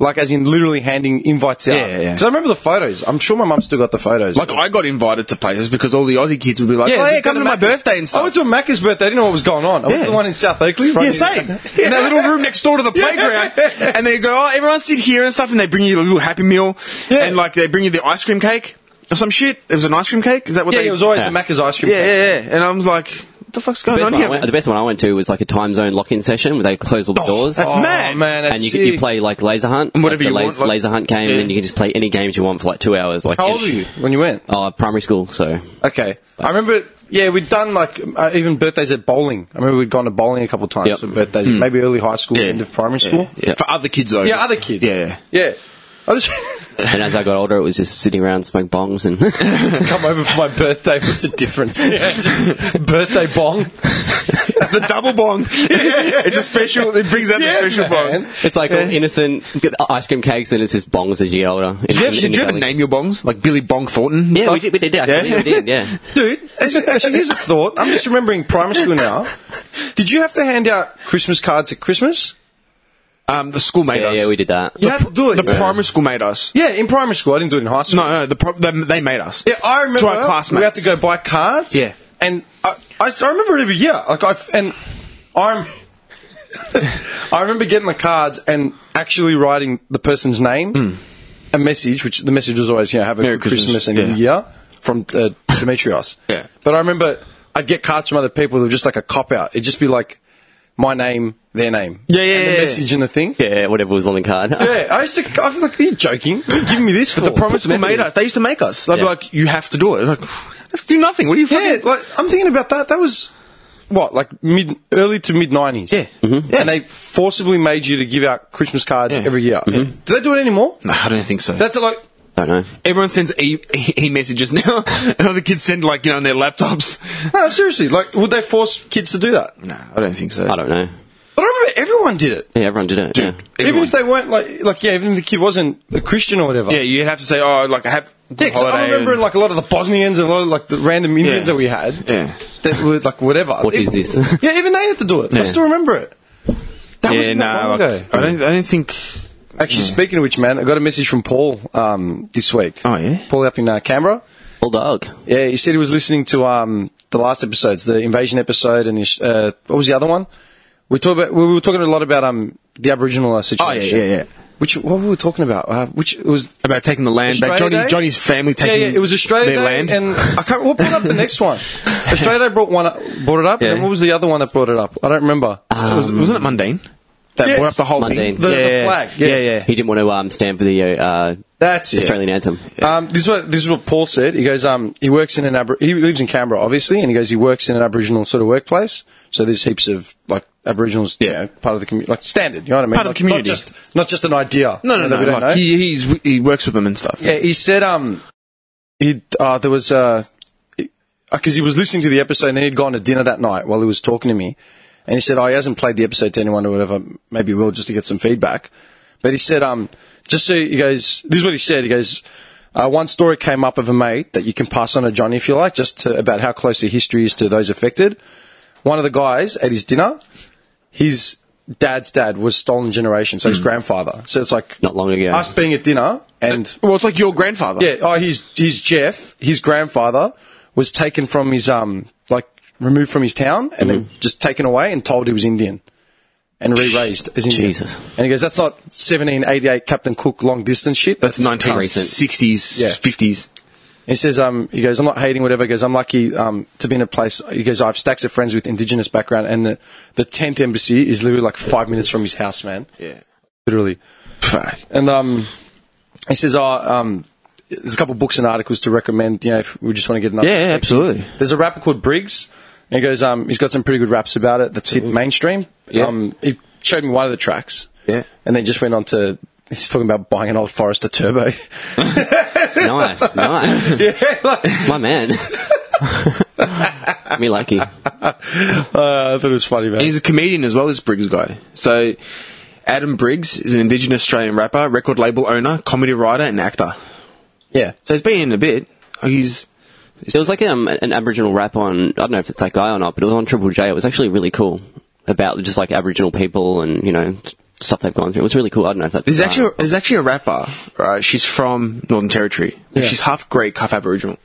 Like as in literally handing invites out. Yeah, yeah, yeah. Because I remember the photos. I'm sure my mum still got the photos. Like I got invited to places because all the Aussie kids would be like, "Oh yeah, just come go to my Macca's. birthday and I stuff." went to a Macca's birthday. I didn't know what was going on. I was Yeah. the one in South Oakley. Right yeah, near- same. In that little room next door to the playground, and they go, "Oh, everyone sit here and stuff," and they bring you a little Happy Meal, Yeah. and like they bring you the ice cream cake or some shit. It was an ice cream cake. Is that what? Yeah, they, it was always a Macca's ice cream. Yeah, cake. yeah, yeah. And I was like, "What the fuck's going The on best, one I here?" went, the best one I went to was like a time zone lock-in session where they close all the doors. that's oh, mad. man, that's and you, you sick. play like laser hunt. And whatever like, you the want, laser, like- laser hunt game, Yeah. and then you can just play any games you want for like two hours. Like How old were you when you went? Oh, primary school. So Okay, I remember. Yeah, we'd done like uh, even birthdays at bowling. I remember we'd gone to bowling a couple of times Yep. for birthdays, maybe early high school, Yeah. end of primary school. Hmm. Yeah, For other kids, though. other kids. Yeah, yeah. I just And as I got older, it was just sitting around smoking bongs and come over for my birthday. What's the difference? birthday bong. the double bong. it's a special. It brings out Yeah, the special man. bong. it's like all innocent ice cream cakes, and it's just bongs as you get older. Did you, ever, did you ever name your bongs like Billy Bong Thornton? and Yeah, stuff? we did. We did. Actually, Yeah? we did. Yeah. Dude, actually, actually, here's a thought. I'm just remembering primary school now. Did you have to hand out Christmas cards at Christmas? Um, the school made Yeah, us. yeah, we did that. You had to do it. The man. primary school made us. Yeah, in primary school. I didn't do it in high school. No, no, the pro- they, they made us. Yeah, I remember. To our classmates. We had to go buy cards. Yeah. and I, I, I remember it every year. Like I and I'm. I remember getting the cards and actually writing the person's name, a message, which the message was always, you know, have a Hmm. Merry good Christmas, Christmas, and yeah. New Year from uh, Demetrios. Yeah. But I remember I'd get cards from other people that were just like a cop out. It'd just be like, my name, their name. Yeah, yeah, and yeah, The yeah. message and the thing. Yeah, whatever was on the card. Yeah, I used to. I was like, "Are you joking? What are you giving me this for?" The principal Put made us. They used to make us. They'd be Yeah. like, "You have to do it." Like, do nothing. What are you fucking? Yeah, like I'm thinking about that. That was what, like mid, early to mid '90s. Yeah. Mm-hmm. Mhm. yeah. And they forcibly made you to give out Christmas cards Yeah. every year. Mm-hmm. Do they do it anymore? No, I don't think so. That's like Don't know. Everyone sends e, e-, e- messages now, and other kids send like you know on their laptops. no, seriously. Like, would they force kids to do that? No, I don't think so. I don't know. But I remember everyone did it. Yeah, everyone did it. Dude, yeah. Even everyone. if they weren't like, like yeah, even if the kid wasn't a Christian or whatever. yeah, you'd have to say, "Oh, like I have." Yeah, 'cause I remember and- like a lot of the Bosnians and a lot of like the random Indians Yeah. that we had. Yeah. That were like whatever. What is this? yeah, even they had to do it. I Yeah. still remember it. That yeah, wasn't that nah, long like, ago. I don't. I don't think. Actually, speaking of which, man, I got a message from Paul um, this week. Oh, yeah? Paul up in uh, Canberra. Bulldog. Yeah, he said he was listening to um, the last episodes, the invasion episode, and the, uh, what was the other one? We talked about we were talking a lot about um, the Aboriginal uh, situation. Oh, yeah, yeah. Which what were we talking about? Uh, which it was About taking the land back. Australia Johnny, Day? Johnny's family taking yeah, yeah, it was Australia their Day, land. and I can't. We'll put up the next one. Australia Day brought one up, brought it up, Yeah. and what was the other one that brought it up? I don't remember. It was, wasn't it mundane? That Yes. brought up the whole Mundane. thing. The- yeah, the yeah, flag, Yeah, yeah. yeah. yeah. He didn't want to um, stand for the uh, That's it. Australian anthem. Um, this is what this is what Paul said. He goes, um, he works in an Abor- he lives in Canberra, obviously, and he goes, he works in an Aboriginal sort of workplace. So there's heaps of like Aboriginals, you Yeah. know, part of the community, like standard. You know what I mean? Part of Like, the community. not just not just an idea. No, you no, know, that we no. don't know. Like, he, he's, he works with them and stuff. Yeah, he said um, he uh, there was uh, because he was listening to the episode and then he'd gone to dinner that night while he was talking to me, and he said, "Oh, he hasn't played the episode to anyone or whatever. Maybe he will just to get some feedback." But he said, um, just so he goes, this is what he said. He goes, uh, one story came up of a mate that you can pass on to Johnny if you like, just to, about how close the history is to those affected. One of the guys at his dinner, his dad's dad was stolen generation, so his grandfather. So it's like Hmm. Not long ago. us being at dinner and Well, it's like your grandfather. yeah. Oh, he's he's Jeff. His grandfather was taken from his um like removed from his town and then Mm-hmm. just taken away and told he was Indian and re-raised as Indian. Jesus. And he goes, that's not 1788 Captain Cook long distance shit. That's not. 1960s, Yeah. 50s. He says, um, he goes, I'm not hating whatever. He goes, I'm lucky um, to be in a place. He goes, I have stacks of friends with indigenous background, and the the tent embassy is literally like five minutes from his house, man. Yeah. Literally. Fuck. And um, he says, "Oh, um, there's a couple books and articles to recommend. You know, if we just want to get another." Yeah, yeah, absolutely. There's a rapper called Briggs, and he goes, um, he's got some pretty good raps about it. That's hit mainstream. Yeah. Um, he showed me one of the tracks. Yeah. And then just went on to he's talking about buying an old Forester Turbo. nice, nice. yeah. like- My man. Me lucky. uh, I thought it was funny, man. And he's a comedian as well, this Briggs guy. So, Adam Briggs is an Indigenous Australian rapper, record label owner, comedy writer, and actor. yeah. So, he's been in a bit. Like, He's. There was like um, an Aboriginal rap on, I don't know if it's that guy or not, but it was on Triple J. It was actually really cool about just like Aboriginal people and, you know, stuff they've gone through. It was really cool. I don't know if that's There's the guy. actually there's actually a rapper, right? She's from Northern Territory. Yeah. She's half Greek, half Aboriginal.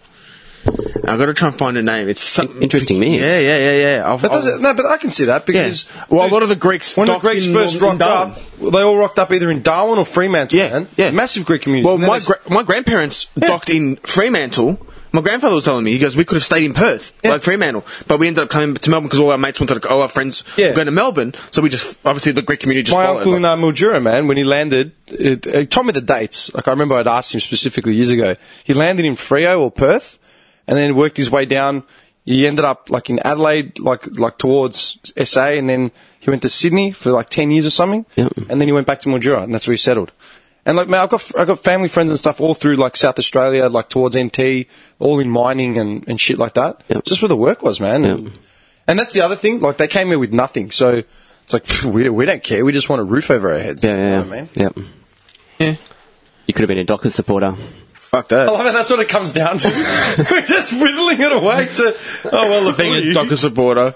And I've got to try and find her name. It's some, Interesting names. Yeah, yeah, yeah, yeah. I'll, But I'll- does it, no, but I can see that yeah. because Well, a Um, dude, lot of the Greeks when the docked Greeks in first Northern- rocked in up, Darwin. they all rocked up either in Darwin or Fremantle. Yeah, man. yeah. massive Greek community. Well, And then my they- gra- my grandparents docked in Fremantle. My grandfather was telling me, he goes, we could have stayed in Perth, Yeah. like Fremantle, but we ended up coming to Melbourne because all our mates wanted to, all our friends Yeah. were going to Melbourne, so we just obviously the Greek community just my followed. uncle in like- uh, Mildura, man, when he landed, it, it told me the dates. Like I remember, I'd asked him specifically years ago. He landed in Frio or Perth, and then worked his way down. He ended up like in Adelaide, like like towards SA, and then he went to Sydney for like ten years or something, Yeah. and then he went back to Mildura, and that's where he settled. And like, man, I've got I've got family friends and stuff all through like South Australia, like towards NT, all in mining and, and shit like that. Yeah. Just where the work was, man. Yeah. And that's the other thing. Like they came here with nothing, so it's like pff, we, we don't care. We just want a roof over our heads. Yeah, You know yeah, what I yeah. mean, Yep. Yeah. You could have been a Dockers supporter. fuck that. I love it. That's what it comes down to. We're just whittling it away to oh well, the being a footy. Docker supporter.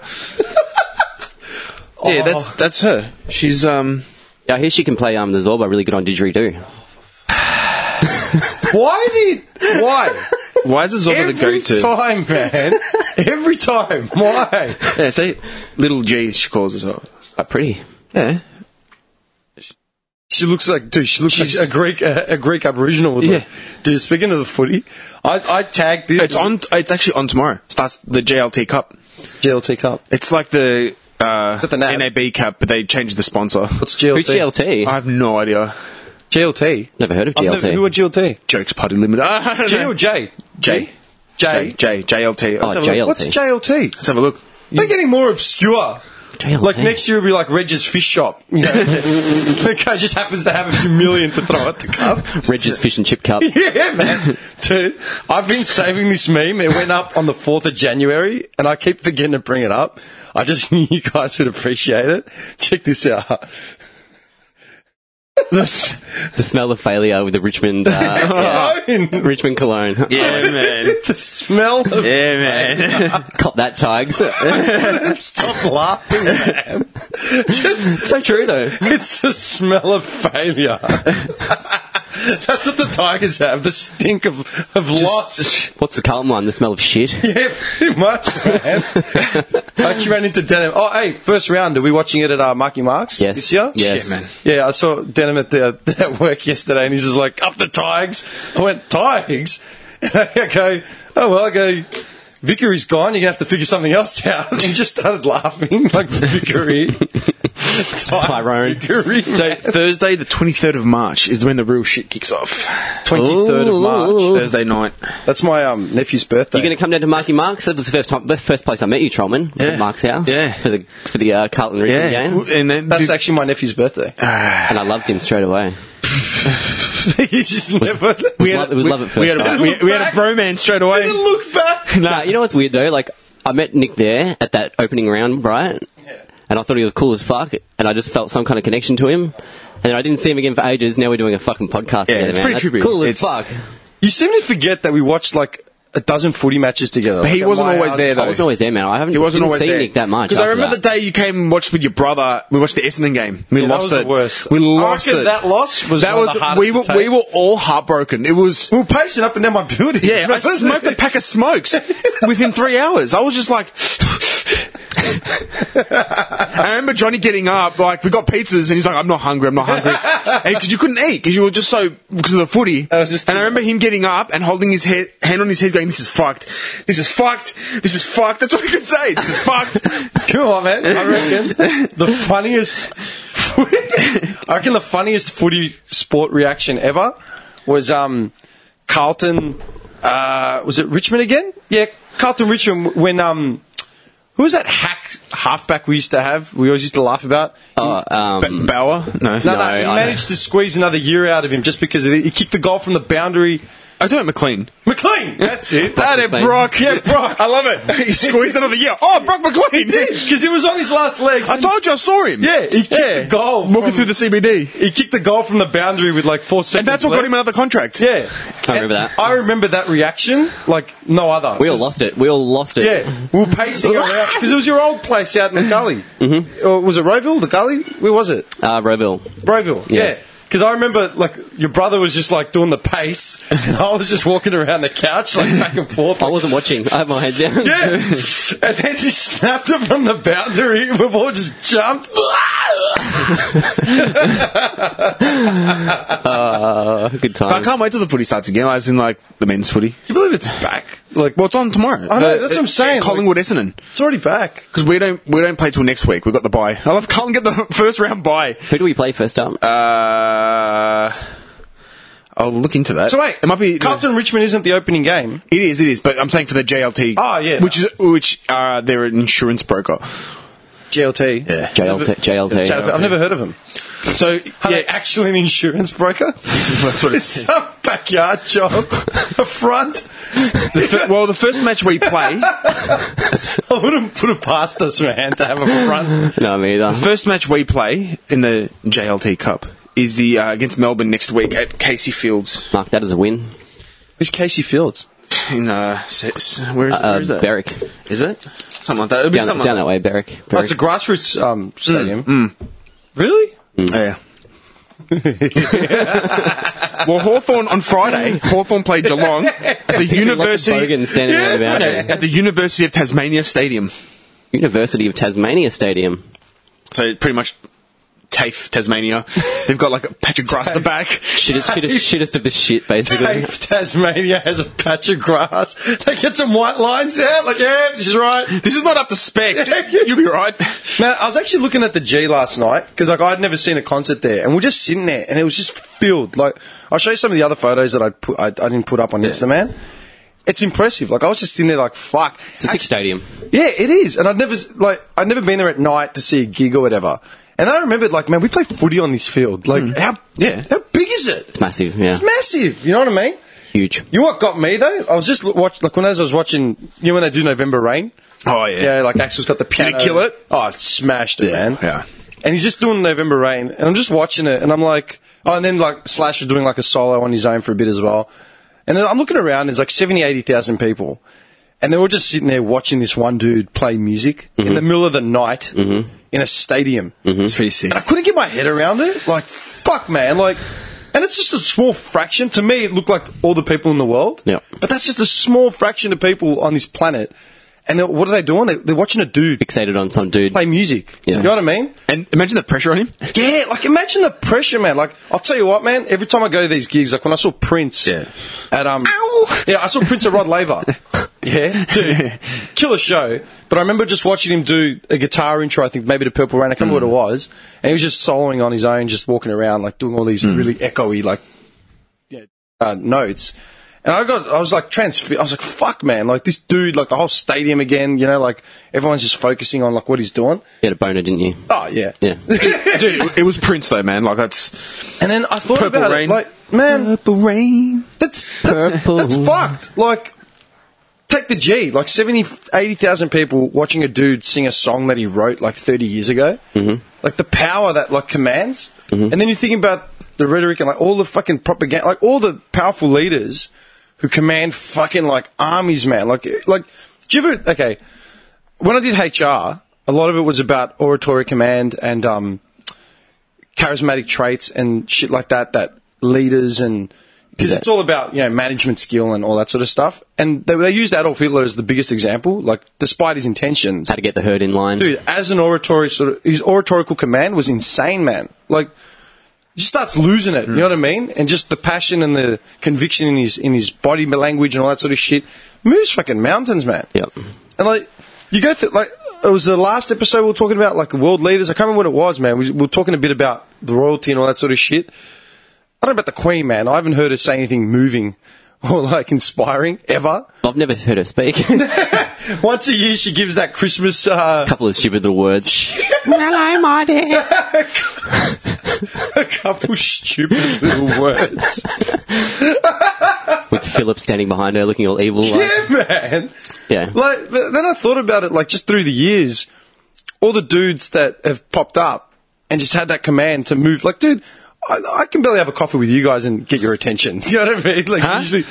Oh. Yeah, that's that's her. She's um. Yeah, I hear she can play um, the Zorba really good on didgeridoo. Why do you? Why? Why is this Zorba the Every go-to? time, man. Every time. Why? Yeah, see, little G she calls herself. Quite pretty. Yeah, She looks like, dude. She looks She's- like a Greek, a, a Greek Aboriginal. With Yeah. her. Dude, speaking of the footy, I, I tagged this. it's on. It's actually on tomorrow. Starts the JLT Cup. GLT Cup. It's like the uh, that the NAB? NAB Cup, but they changed the sponsor. What's GLT? Who's GLT? I have no idea. GLT. Never heard of I've GLT. never- who are GLT? Jokes Party Limited. I don't J know. or J? J. J. J. JLT. Let's, Oh, have a look. JLT. What's JLT? Let's have a look. They're getting more obscure. JLT. Like next year, it'll be like Reg's Fish Shop. You know? the guy just happens to have a few million to throw at the cup. Reg's Fish and Chip Cup. Yeah, man. Dude, I've been saving this meme. It went up on the 4th of January, and I keep forgetting to bring it up. I just knew you guys would appreciate it. Check this out. That's the smell of failure with the Richmond, uh, yeah. cologne. Richmond cologne. Yeah, man. The smell of Yeah, man. Cop that, Tigers. Stop laughing, man. it's so true, though. It's the smell of failure. That's what the Tigers have, the stink of, of loss. What's the Carlton one? The smell of shit. Yeah, pretty much, man. I actually ran into Denim. Oh, hey, first round. Are we watching it at uh, Marky Marks Yes. this year? Yes. Shit, man. Yeah, I saw Denim at the, at work yesterday, and he's just like, up the Tigers. I went, Tigers? And I go, oh, well, I go, Vickery's gone. You're going to have to figure something else out. And he just started laughing, like, Vickery. Tyrone. Vickery. so Thursday, the 23rd of March, is when the real shit kicks off. 23rd of March. Thursday night. That's my um, nephew's birthday. You're going to come down to Marky Marks. That was the first time, the first place I met you, Trollman. Was Yeah. at Mark's house. Yeah. For the for the uh, Carlton Richmond game, And then That's actually my nephew's birthday. Ah. and I loved him straight away. he just never. We had- it was love at first we had, a, sight. we, we had a bromance straight away. look back. Nah, you know what's weird though? Like, I met Nick there at that opening round, right? And I thought he was cool as fuck, and I just felt some kind of connection to him. And then I didn't see him again for ages. Now we're doing a fucking podcast Yeah, together, it's man. pretty That's trippy. Cool as It's- fuck. You seem to forget that we watched like a dozen footy matches together. But he Like, wasn't at my always house. there, though. I wasn't always there, man. I haven't He wasn't didn't always see there. Nick that much. Because I after remember that. the day you came and watched with your brother. We watched the Essendon game. We Yeah, that lost was the it. worst. We I lost reckon it. that loss was that one of was the hardest we to were take. we were all heartbroken. It was We were pacing up and down my building. yeah. I Remember? smoked a pack of smokes within three hours. I was just like. I remember Johnny getting up, like we got pizzas, and he's like, "I'm not hungry, I'm not hungry," because you couldn't eat because you were just so because of the footy. I was just- and I remember him getting up and holding his head, hand on his head, going, "This is fucked. This is fucked. This is fucked." That's all he could say. This is fucked. Come on, man. I reckon the funniest. I reckon the funniest footy sport reaction ever was um, Carlton. Uh, was it Richmond again? Yeah, Carlton Richmond when um, who was that hack halfback we used to have? We always used to laugh about. Oh, um, Ba- Bauer, no, No, no, I he know. managed to squeeze another year out of him just because of it. he kicked the goal from the boundary. I don't McLean. McLean, that's it. Brock That it, McLean. Brock. Yeah, Brock. I love it. he squeezed another year. Oh, Brock McLean. Because he was on his last legs. I told you I saw him. Yeah, he kicked the goal. from- Walking through the CBD. He kicked the goal from the boundary with like four seconds. And that's what got him another contract. Yeah, I remember that. I remember that reaction like no other. we all lost it. We all lost it. Yeah, we were pacing around because it was your old place out in the gully. Mm-hmm. Or was it Roeville? The gully? Where was it? Uh, Roeville. Roeville. Yeah. Yeah. Because I remember, like, your brother was just, like, doing the pace, and I was just walking around the couch, like, back and forth. I like, wasn't watching. I had my head down. Yeah. and then she snapped it from the boundary. We've all just jumped. Uh, good I times. can't wait till the footy starts again. I was in like the men's footy. Can you believe it's back? Like, Well, it's on tomorrow. I know, that's what I'm saying, Collingwood Essendon it's already back. because we don't we don't play till next week. We have got the bye. I love Carlton get the first round bye. Who do we play first up? Uh, I'll look into that. So wait, it might be Carlton Richmond isn't the opening game. It is, it is. But I'm saying for the JLT. Ah, yeah. Which is which? Uh, they're an insurance broker. GLT. Yeah. JLT. JLT. JLT. I've never heard of them. So Are yeah, they actually an insurance broker? that's what it's a backyard job, a front. The fir- well, the first match we play, I wouldn't put it past us, man, to have a front. No, me either. first match we play in the JLT Cup is the uh, against Melbourne next week at Casey Fields Mark that as a win. Who's Casey Fields? in uh, s- s- where is it? Where Uh, is that? Berwick. Is it something like that? It'll be Down, something down that like way, Berwick. Oh, it's a Berwick. grassroots um, Mm, stadium. Really? that. Yeah. well, Hawthorn on Friday, Hawthorn played Geelong at the Lots of University Bogan standing there about it. at the University of Tasmania Stadium. University of Tasmania Stadium. So pretty much TAFE Tasmania. They've got like a patch of grass at the back. Shittest, shittest, shittest of the shit, basically. Dave Tasmania has a patch of grass. They get some white lines out. Like, yeah, this is right. This is not up to spec. You'll be right. Man, I was actually looking at the G last night because like I'd never seen a concert there, and we're just sitting there, and it was just filled. Like I'll show you some of the other photos that I put I, I didn't put up on Instagram. It's impressive. Like I was just sitting there, like fuck. It's a sick stadium. Yeah, it is. And I'd never s- like I'd never been there at night to see a gig or whatever. And I remembered, like, man, we play footy on this field. Like, how Yeah. how big is it? Mm. It's massive, yeah. It's massive. You know what I mean? Huge. You know what got me though? I was just l- watch like when as I was watching you know when they do November Rain. Oh, Yeah, like Axel's got the piano. it kill it? Oh, it smashed it, man. yeah. And he's just doing November Rain, and I'm just watching it, and I'm like, oh, and then like Slash is doing like a solo on his own for a bit as well. And then I'm looking around, and there's like 70, 80,000 people. And they're all just sitting there watching this one dude play music Mm-hmm. in the middle of the night in a stadium. It's pretty sick. I couldn't get my head around it. Like, fuck, man. Like, and it's just a small fraction. To me, it looked like all the people in the world. Yeah. But that's just a small fraction of people on this planet. And they're- what are they doing? They, they're watching a dude Fixated on some dude. play music. Yeah. You know what I mean? And imagine the pressure on him. Yeah, like imagine the pressure, man. Like I'll tell you what, man. Every time I go to these gigs, like when I saw Prince Yeah. at um, yeah, I saw Prince at Rod Laver. yeah, dude, killer show. But I remember just watching him do a guitar intro. I think maybe to Purple Rain. I can't remember what it was, and he was just soloing on his own, just walking around, like doing all these really echoey, like yeah, uh, notes. And I got, I was like transfixed. I was like, "Fuck, man!" Like this dude, like the whole stadium again. You know, like everyone's just focusing on like what he's doing. You had a boner, didn't you? Oh yeah, Yeah. Dude, it was Prince though, man. Like that's And then I thought Purple about Rain. it, like, man, purple rain. that's that's, that's fucked. Like, take the G, like 70, 80,000 people watching a dude sing a song that he wrote like thirty years ago. Mm-hmm. Like the power that like commands, Mm-hmm. and then you're thinking about the rhetoric and like all the fucking propaganda, like all the powerful leaders who command fucking like armies, man. Like, like, do you ever? Okay, when I did HR, a lot of it was about oratory command and um, charismatic traits and shit like that. That leaders and because it's all about you know management skill and all that sort of stuff. And they, they used Adolf Hitler as the biggest example. Like, despite his intentions, How to get the herd in line. dude, as an oratory sort of his oratorical command was insane, man. Like, he just starts losing it. You know what I mean? And just the passion and the conviction in his in his body language and all that sort of shit moves fucking mountains, man. Yep. And like, you go through like it was the last episode we were talking about like world leaders. I can't remember what it was, man. We, we were talking a bit about the royalty and all that sort of shit. I don't know about the Queen, man. I haven't heard her say anything moving or like inspiring ever. I've never heard her speak. a Once a year, she gives that Christmas. Uh, couple of stupid little words. a couple stupid little words. With Philip standing behind her looking all evil. Like, Yeah, man. yeah. Like th- then I thought about it, like just through the years, all the dudes that have popped up and just had that command to move. Like, dude, I, I can barely have a coffee with you guys and get your attention. You know what I mean? Like, usually,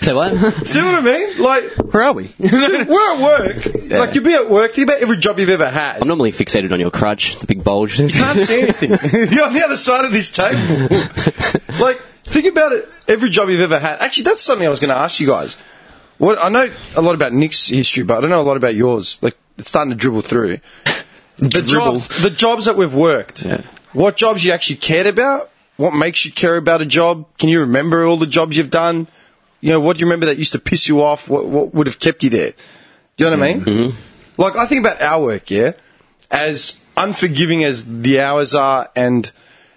Say what? see what I mean? Like, Where are we? dude, we're at work. Like, you'd be at work. Think about every job you've ever had. I'm normally fixated on your crutch, the big bulge. can't see anything. You're on the other side of this table. like, think about it. Every job you've ever had. Actually, that's something I was going to ask you guys. What I know a lot about Nick's history, but I don't know a lot about yours. Like, it's starting to dribble through. The jobs, the jobs that we've worked. What jobs you actually cared about? What makes you care about a job? Can you remember all the jobs you've done? You know, what do you remember that used to piss you off? What, what would have kept you there? Do you know what I mean? Like, I think about our work, yeah? As unforgiving as the hours are, and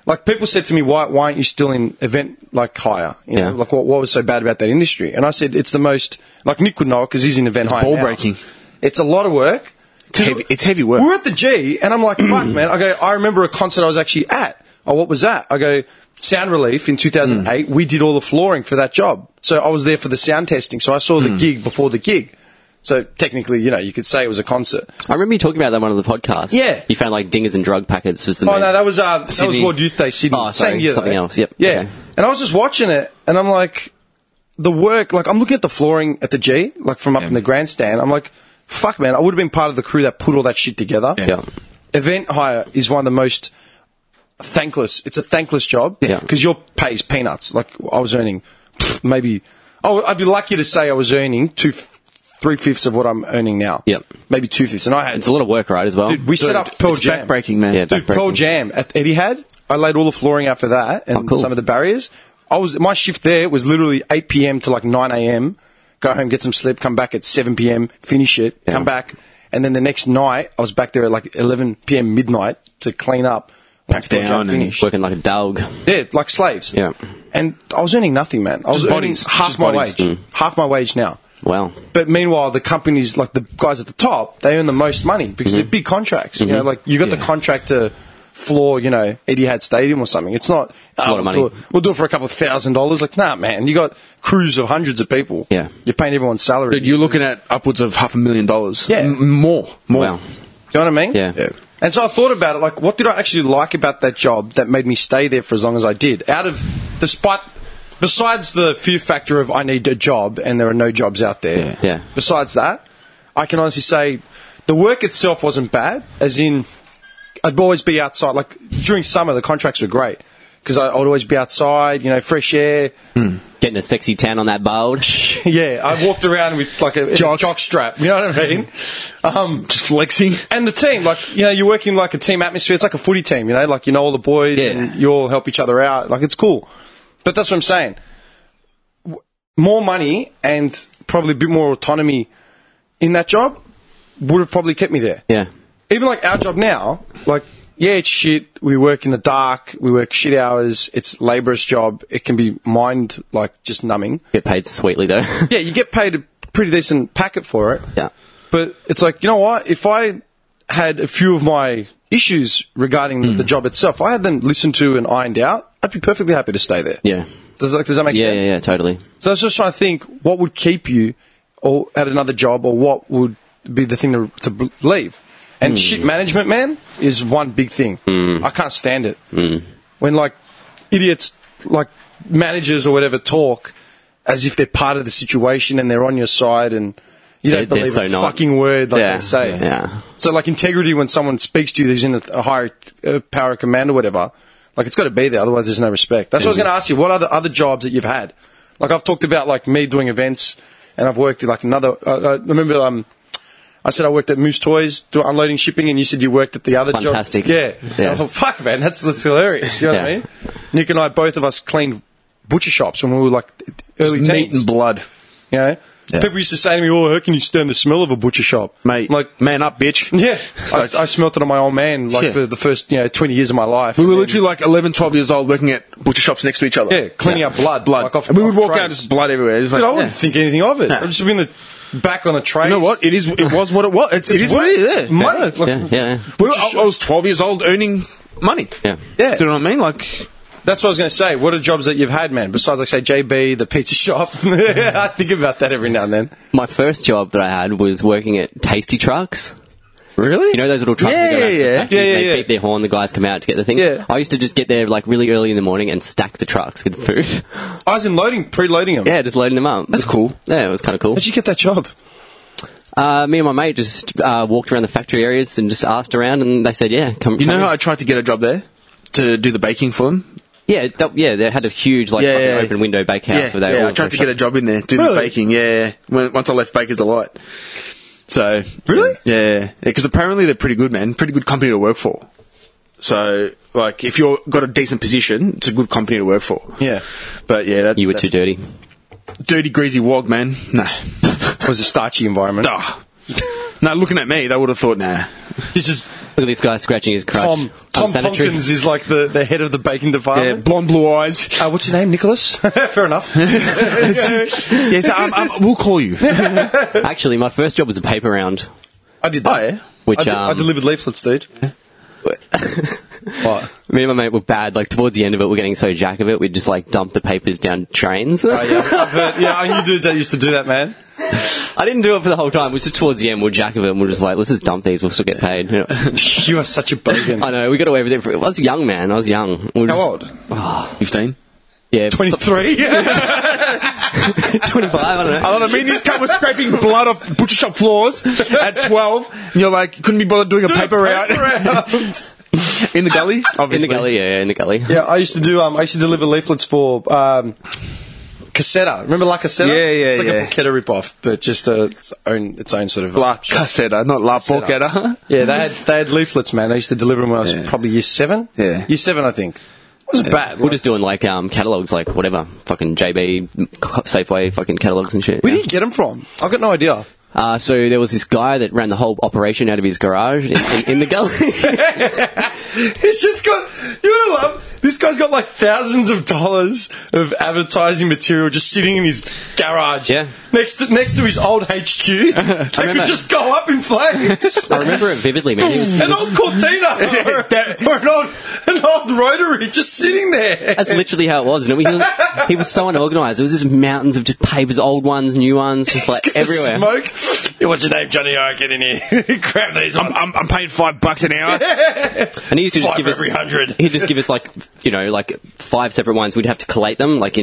like people said to me, why, why aren't you still in event like hire? You Yeah. know, like what, what was so bad about that industry? And I said, it's the most, like Nick would know because he's in event hire. now. ball-breaking. It's a lot of work. It's heavy, it's heavy work. We're at the G, and I'm like, fuck, man. I go, I remember a concert I was actually at. Oh, what was that? I go, Sound Relief in Mm. 2008. We did all the flooring for that job. So I was there for the sound testing. So I saw Mm. the gig before the gig. So technically, you know, you could say it was a concert. I remember you talking about that on one of the podcasts. Yeah. You found like dingers and drug packets was the Oh main- no, that was uh, that was Sydney. World Youth Day, Sydney. Oh, sorry, Same year, something though. else, yep, Yeah, okay. and I was just watching it, and I'm like, the work. Like, I'm looking at the flooring at the G, like from up in the grandstand. I'm like, fuck, man, I would have been part of the crew that put all that shit together. Yeah. Event hire is one of the most thankless. It's a thankless job. Yeah. Because your pay is oh, peanuts. Like I was earning pff, maybe, I w- I'd be lucky to say I was earning two, three three fifths of what I'm earning now. Yep. Maybe two fifths. And I had It's a lot of work, right? As well. Dude, we set up Pearl it's Jam. backbreaking, man. Yeah, Dude, Pearl backbreaking. Jam at Etihad. I laid all the flooring out for that and Oh, cool. some of the barriers. I was my shift there was literally 8 p.m. to like 9 a.m. Go home, get some sleep, come back at 7 p.m. Finish it, come back, and then the next night I was back there at like 11 p.m. midnight to clean up. Once Pearl Jam down and finished. Working like a dog. Yeah, like slaves. Yeah. And I was earning nothing, man. I was Just earning bodies. half Just my bodies. Mm. wage. Half my wage now. Wow. But meanwhile, the companies, like the guys at the top, they earn the most money because Mm-hmm. they're big contracts. You know, like you got the contract to floor, you know, Etihad Stadium or something. It's not. It's a "Oh, lot of we'll money." Do it, we'll do it for a couple of thousand dollars. Like, nah, man. You got crews of hundreds of people. Yeah. You're paying everyone's salary. Dude, you're looking at upwards of half a million dollars. Yeah. M- more, more. Wow. Do you know what I mean? Yeah. Yeah. And so I thought about it, like, what did I actually like about that job that made me stay there for as long as I did? Out of, despite, besides the fear factor of I need a job and there are no jobs out there. Yeah. Yeah. Besides that, I can honestly say the work itself wasn't bad, as in, I'd always be outside. Like, during summer, the contracts were great. Because I'd always be outside, you know, fresh air. Getting a sexy tan on that bulge. Yeah, I walked around with like a, jock Jocks. strap. You know what I mean? Um, Just flexing. and the team, like you know, you're working like a team atmosphere. It's like a footy team, you know, like you know all the boys Yeah. and you all help each other out. Like it's cool. But that's what I'm saying. W- More money and probably a bit more autonomy in that job would have probably kept me there. Yeah. Even like our job now, like yeah, it's shit. We work in the dark. We work shit hours. It's a laborious job. It can be mind like just numbing. Get paid sweetly though. Yeah, you get paid a pretty decent packet for it. yeah. But it's like, you know what? If I had a few of my issues regarding Hmm. the job itself, I had them listened to and ironed out, I'd be perfectly happy to stay there. Yeah. Does, like, does that make Yeah, sense? yeah, yeah, totally. So I was just trying to think what would keep you or at another job or what would be the thing to, to b- leave. Hmm. And shit management, man, is one big thing. I can't stand it. Hmm. When like idiots, like managers or whatever talk as if they're part of the situation and they're on your side and you don't They're- they're believe so a not. fucking word like Yeah, they say. yeah. So like integrity when someone speaks to you who's in a, a higher uh, power of command or whatever, like it's got to be there. Otherwise, there's no respect. That's Mm. what I was going to ask you. What other other jobs that you've had? Like I've talked about like me doing events, and I've worked at like another. Uh, uh, remember, um, I said I worked at Moose Toys doing unloading shipping, and you said you worked at the other Fantastic. job. Yeah. And Yeah. I thought, fuck, man, that's that's hilarious. You know Yeah. what I mean? Nick and I, both of us, cleaned butcher shops when we were like early Meat teens. and blood. you know. Yeah. People used to say to me, "Oh, how can you stand the smell of a butcher shop, Mate, I'm Like, like, man up, bitch. yeah, I, I smelt it on my old man like Yeah. for the first you know twenty years of my life. We were And literally like 11, 12 years old working at butcher shops next to each other. then- yeah, cleaning up blood, Blood. Like off, and we off would walk trays. out, just blood everywhere. Just like, Dude, I wouldn't yeah. think anything of it. Nah. I'd just be in the back on the tray. You know what? It is. It was what it was. It's, it is what it is. Yeah. Money. Like, Yeah, yeah, We were- oh, I, I was 12 years old earning money. yeah. Yeah. Do you know what I mean? Like, That's what I was going to say. What are jobs that you've had, man? Besides, like say JB, the pizza shop. I think about that every now and then. My first job that I had was working at Tasty Trucks. Really? You know those little trucks that Yeah, go out to yeah, the yeah. factories, Yeah, yeah, they yeah. beep their horn, the guys come out to get the thing. Yeah. I used to just get there like really early in the morning and stack the trucks with food. I was in loading, pre-loading them. yeah, just loading them up. That's cool. Yeah, it was kind of cool. How'd you get that job? Uh, me and my mate just uh, walked around the factory areas and just asked around, and they said, "Yeah, come." you come know how in. I tried to get a job there? To do the baking for them? yeah, that, yeah, they had a huge like Yeah, fucking yeah. open window bakehouse yeah, where they yeah all I tried to fresh get a up. job in there, do Really? the baking. Yeah, yeah. When, once I left Baker's Delight. So Really? yeah, because apparently they're pretty good, man. Pretty good company to work for. So like, if you've got a decent position, it's a good company to work for. Yeah. But yeah, that, You were that too dirty. dirty, greasy wog, man. Nah, It was a starchy environment. Duh. now looking at me, they would have thought, nah. It's just Look at this guy scratching his crotch. Tom. Tom Unsanitary. Tompkins is like the, the head of the baking Yeah, department. blonde, blue eyes. Uh, what's your name, Nicholas? Fair enough. yes, um, um, we'll call you. Actually, my first job was a paper round. I did that. Oh, yeah? Which, I, de- I um, delivered leaflets, dude. what? Me and my mate were bad. Like towards the end of it, we're getting so jack of it, we'd just like dump the papers down trains. Oh, yeah, I've heard, yeah, I knew dudes that used to do that, man. I didn't do it for the whole time. It was just towards the end, we're jack of it, and we're just like, let's just dump these. We'll still get paid. You know? You are such a bogan. I know we got away with it. For, I was a young man. I was young. We were How just- old? Ah, Fifteen. Yeah, 23? Yeah. twenty-five. I don't know. I know what I mean. This cat was scraping blood off butcher shop floors at twelve, and you're like, couldn't be bothered doing a paper route in the gully. Obviously. In the gully, yeah, yeah, in the gully. yeah, I used to do, um, I used to deliver leaflets for, um, Cassetta. Remember La Cassetta? Yeah, yeah, It's like yeah. a Porchetta ripoff, but just a, its own its own sort of La shop. Caseta, not La Cassetta. Porchetta. Yeah, they had they had leaflets, man. They used to deliver them when I was Yeah. probably year seven. Yeah. year seven, I think. It wasn't bad. We're Like, just doing like um, catalogs, like whatever, fucking JB, Safeway, fucking catalogs and shit. where do you get them from? I've got no idea. Uh, so there was this guy that ran the whole operation out of his garage in, in, in the gully. He's just got. You would love this guy's got like thousands of dollars of advertising material just sitting in his garage. Yeah. next to next to his old HQ. they could remember. just go up in flames. I remember it vividly, man. He was- An old Cortina or, or an, old, an old rotary just sitting there. That's literally how it was. And he was, he was so unorganized. There was just mountains of just papers, old ones, new ones, just like everywhere. Smoke. Hey, What's your name, Johnny? I get in here. Grab these. I'm, I'm, I'm paying five bucks an hour. And he used to just Five give us every hundred. He'd just give us like you know like five separate ones. We'd have to collate them like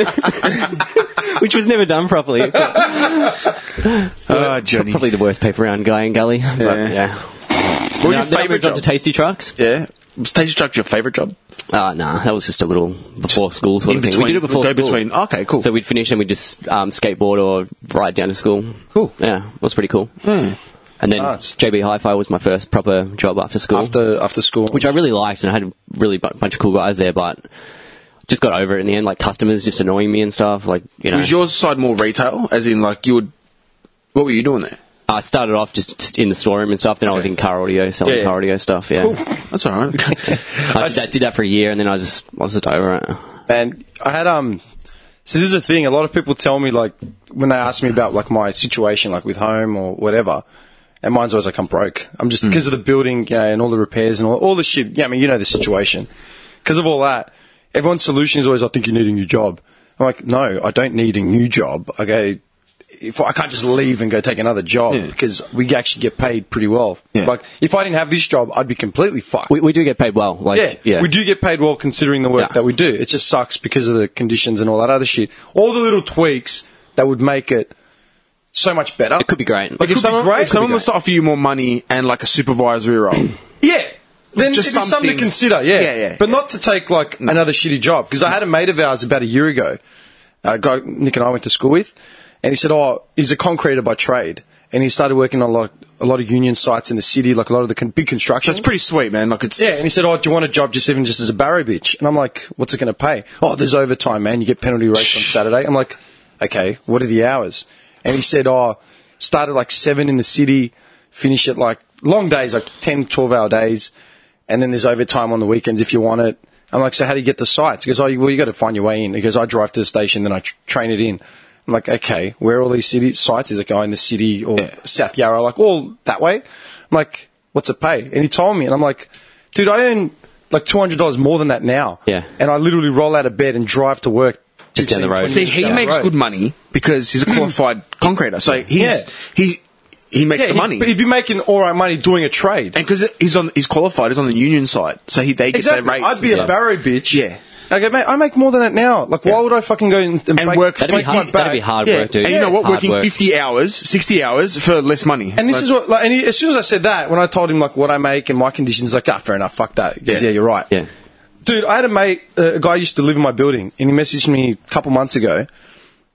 into, which was never done properly. But oh, Johnny. probably the worst paper round guy in Gully. But, Yeah. yeah. What was Now, your then I favourite moved on job? to Tasty Trucks. yeah. Was Station Truck your favourite job? Uh, nah, that was just a little before school sort in of thing. between- we did it before go school. between. Okay, cool. So we'd finish and we'd just um, skateboard or ride down to school. Cool. Yeah, it was pretty cool. And then Hmm. Nice. JB Hi-Fi was my first proper job after school, After after school, which I really liked, and I had a really bu- bunch of cool guys there, but just got over it in the end. Like customers just annoying me and stuff. Like you know, Was your side more retail? As in, like, you would. What were you doing there? I started off just, just in the storeroom and stuff. Then I was in car audio selling Yeah, yeah. car audio stuff. Yeah, That's alright. I did that, did that for a year, and then I just I was just over it. man, I had um. So this is the thing. A lot of people tell me like when they ask me about like my situation, like with home or whatever. And mine's always like I'm broke. I'm just Hmm. because of the building you know, and all the repairs and all, all the shit. Yeah, I mean you know the situation. Because of all that, everyone's solution is always I think you need a new job. I'm like, no, I don't need a new job. I go, if I I can't just leave and go take another job Yeah. because we actually get paid pretty well. Yeah. Like if I didn't have this job, I'd be completely fucked. We, we do get paid well. Like Yeah, we do get paid well considering the work Yeah. that we do. It just sucks because of the conditions and all that other shit. All the little tweaks that would make it so much better. It could be great. Like if if someone, great, if someone was to offer you more money and, like, a supervisory role, yeah, then just something, Just something to something- consider. Yeah, Yeah, yeah, But yeah. not to take like another shitty job because I had a mate of ours about a year ago. A guy Nick and I went to school with, and he said, "Oh, he's a concreter by trade." And he started working on like a lot of union sites in the city, like a lot of the con- big construction. that's pretty sweet, man. Like, it's. Yeah, and he said, "Oh, do you want a job just even just as a barrow bitch?" And I'm like, "What's it going to pay?" Oh, there's overtime, man. You get penalty rates on Saturday. I'm like, "Okay, what are the hours?" And he said, "Oh, start at like seven in the city, finish at like long days, like 10, 12 hour days, and then there's overtime on the weekends if you want it." I'm like, "So how do you get the sites?" He goes, "Oh, you- well, you got to find your way in." He goes, "I drive to the station, then I tr- train it in." I'm like, "Okay, where are all these city sites? Is it going in the city or Yeah. South Yarra? Like all that way?" I'm like, "What's it pay?" And he told me, and I'm like dude, I earn like two hundred dollars more than that now. Yeah. and I literally roll out of bed and drive to work Just down the road. 15, See, 20 he down the makes road. good money because he's a qualified concreter. So he's Yeah. he he makes Yeah, the he'd- money, but he'd be making all right money doing a trade. and because he's on he's qualified, he's on the union side. So he they get exactly, their rates. I'd and be a stuff. barrow bitch. Yeah. I go, mate, I make more than that now. Like, why would I fucking go and, and, And break- work- That'd be break my hard. That'd back? be hard Yeah. work, dude. And you know what? Hard Working work. fifty hours, sixty hours for less money. And this Like, is what, like, and he, as soon as I said that, when I told him like what I make and my conditions, like, ah, fair enough, fuck that. He goes, Yeah. yeah, you're right. Yeah. Dude, I had a mate, uh, a guy used to live in my building, and he messaged me a couple months ago,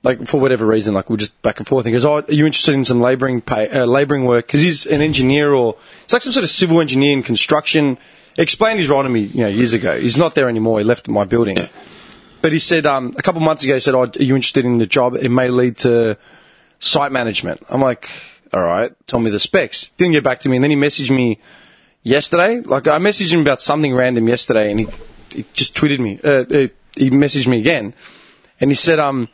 like for whatever reason, like we're just back and forth. He goes, "Oh, are you interested in some labouring pay, uh, labouring work?" Because he's an engineer, or it's like some sort of civil engineer in construction. He Explained his role to me, you know, years ago. He's not there anymore. He left my building, but he said um, a couple months ago, he said, "Oh, are you interested in the job? It may lead to site management." I'm like, "All right, tell me the specs." Didn't get back to me, and then he messaged me yesterday. Like I messaged him about something random yesterday, and he, he just tweeted me. Uh, uh, he messaged me again, and he said, "Um,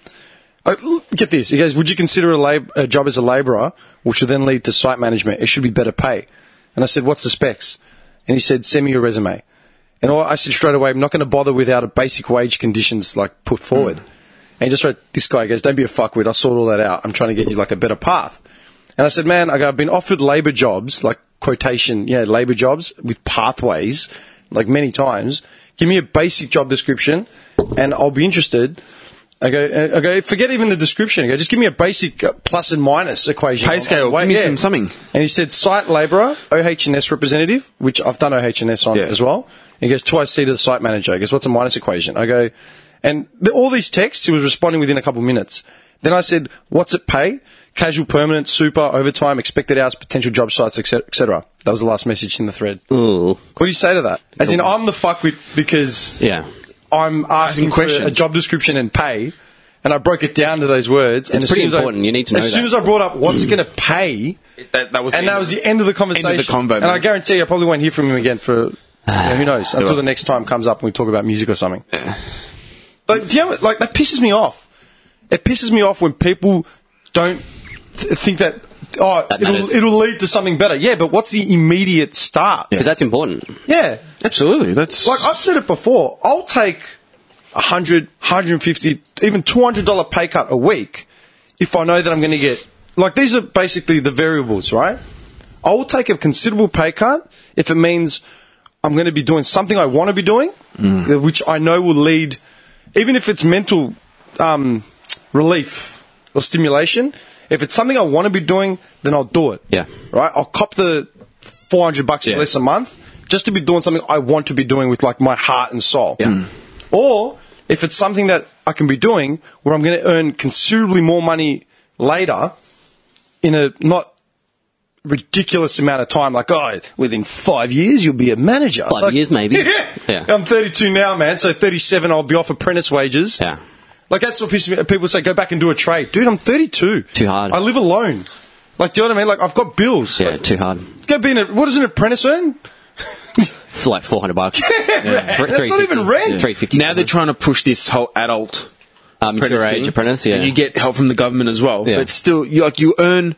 uh, l- get this." He goes, "Would you consider a, lab- a job as a labourer, which would then lead to site management? It should be better pay." And I said, "What's the specs?" And he said, "Send me your resume." And all, I said straight away, "I'm not going to bother without a basic wage conditions like put forward." And he just wrote, "This guy goes, don't be a fuckwit. I sort all that out. I'm trying to get you like a better path." And I said, man, I go, I've been offered labour jobs, like quotation, yeah, labour jobs with pathways, like many times. Give me a basic job description and I'll be interested. I go, uh, I go, forget even the description. I go, just give me a basic uh, plus and minus equation. Pay scale. Wait, Give me some- something. And he said, site labourer, OH&S representative, which I've done OH&S on Yeah. as well. He goes, 2IC to the site manager. He goes, what's a minus equation? I go, And the, all these texts, he was responding within a couple of minutes. Then I said, what's it pay? Casual, permanent, super, overtime, expected hours, potential job sites, etc. etc. That was the last message in the thread. Ooh. What do you say to that? As in, I'm the fuckwit because Yeah. I'm asking questions. questions. for a job description and pay, and I broke it down to those words. and It's as pretty soon as I- important. You need to know As soon that. as I brought up what's it going to pay, That, that was and that was the end of the conversation. convo, and man. I guarantee I probably won't hear from him again for you know, who knows until the next time comes up and we talk about music or something. Like, do you know, what- like that pisses me off. It pisses me off when people don't th- think that. Oh, That it'll, matters. it'll lead to something better. Yeah, but what's the immediate start? Because that's important. yeah. absolutely. That's Like I've said it before, I'll take a 100, 150, even $200 pay cut a week if I know that I'm going to get. Like these are basically the variables, right? I will take a considerable pay cut if it means I'm going to be doing something I want to be doing, uh, which I know will lead, even if it's mental um, relief or stimulation. If it's something I want to be doing, then I'll do it Yeah. right? I'll cop the 400 bucks Yeah. less a month just to be doing something I want to be doing with like my heart and soul. Yeah. Mm. Or if it's something that I can be doing where I'm going to earn considerably more money later in a not ridiculous amount of time, like, oh, within five years, you'll be a manager. Five Like- years, maybe. Yeah. Yeah. I'm 32 now, man. So 37, I'll be off apprentice wages. Yeah. Like that's what pisses me. People say go back and do a trade, dude. I'm 32. Too hard. I live alone. Like, do you know what I mean? Like, I've got bills. Yeah, too hard. Go be an, what does an apprentice earn? For like 400 bucks. That's Three- not 350. even rent. Yeah. 350. now they're trying to push this whole adult um, mature age apprentice, yeah. and you get help from the government as well. Yeah. But still, you like you earn.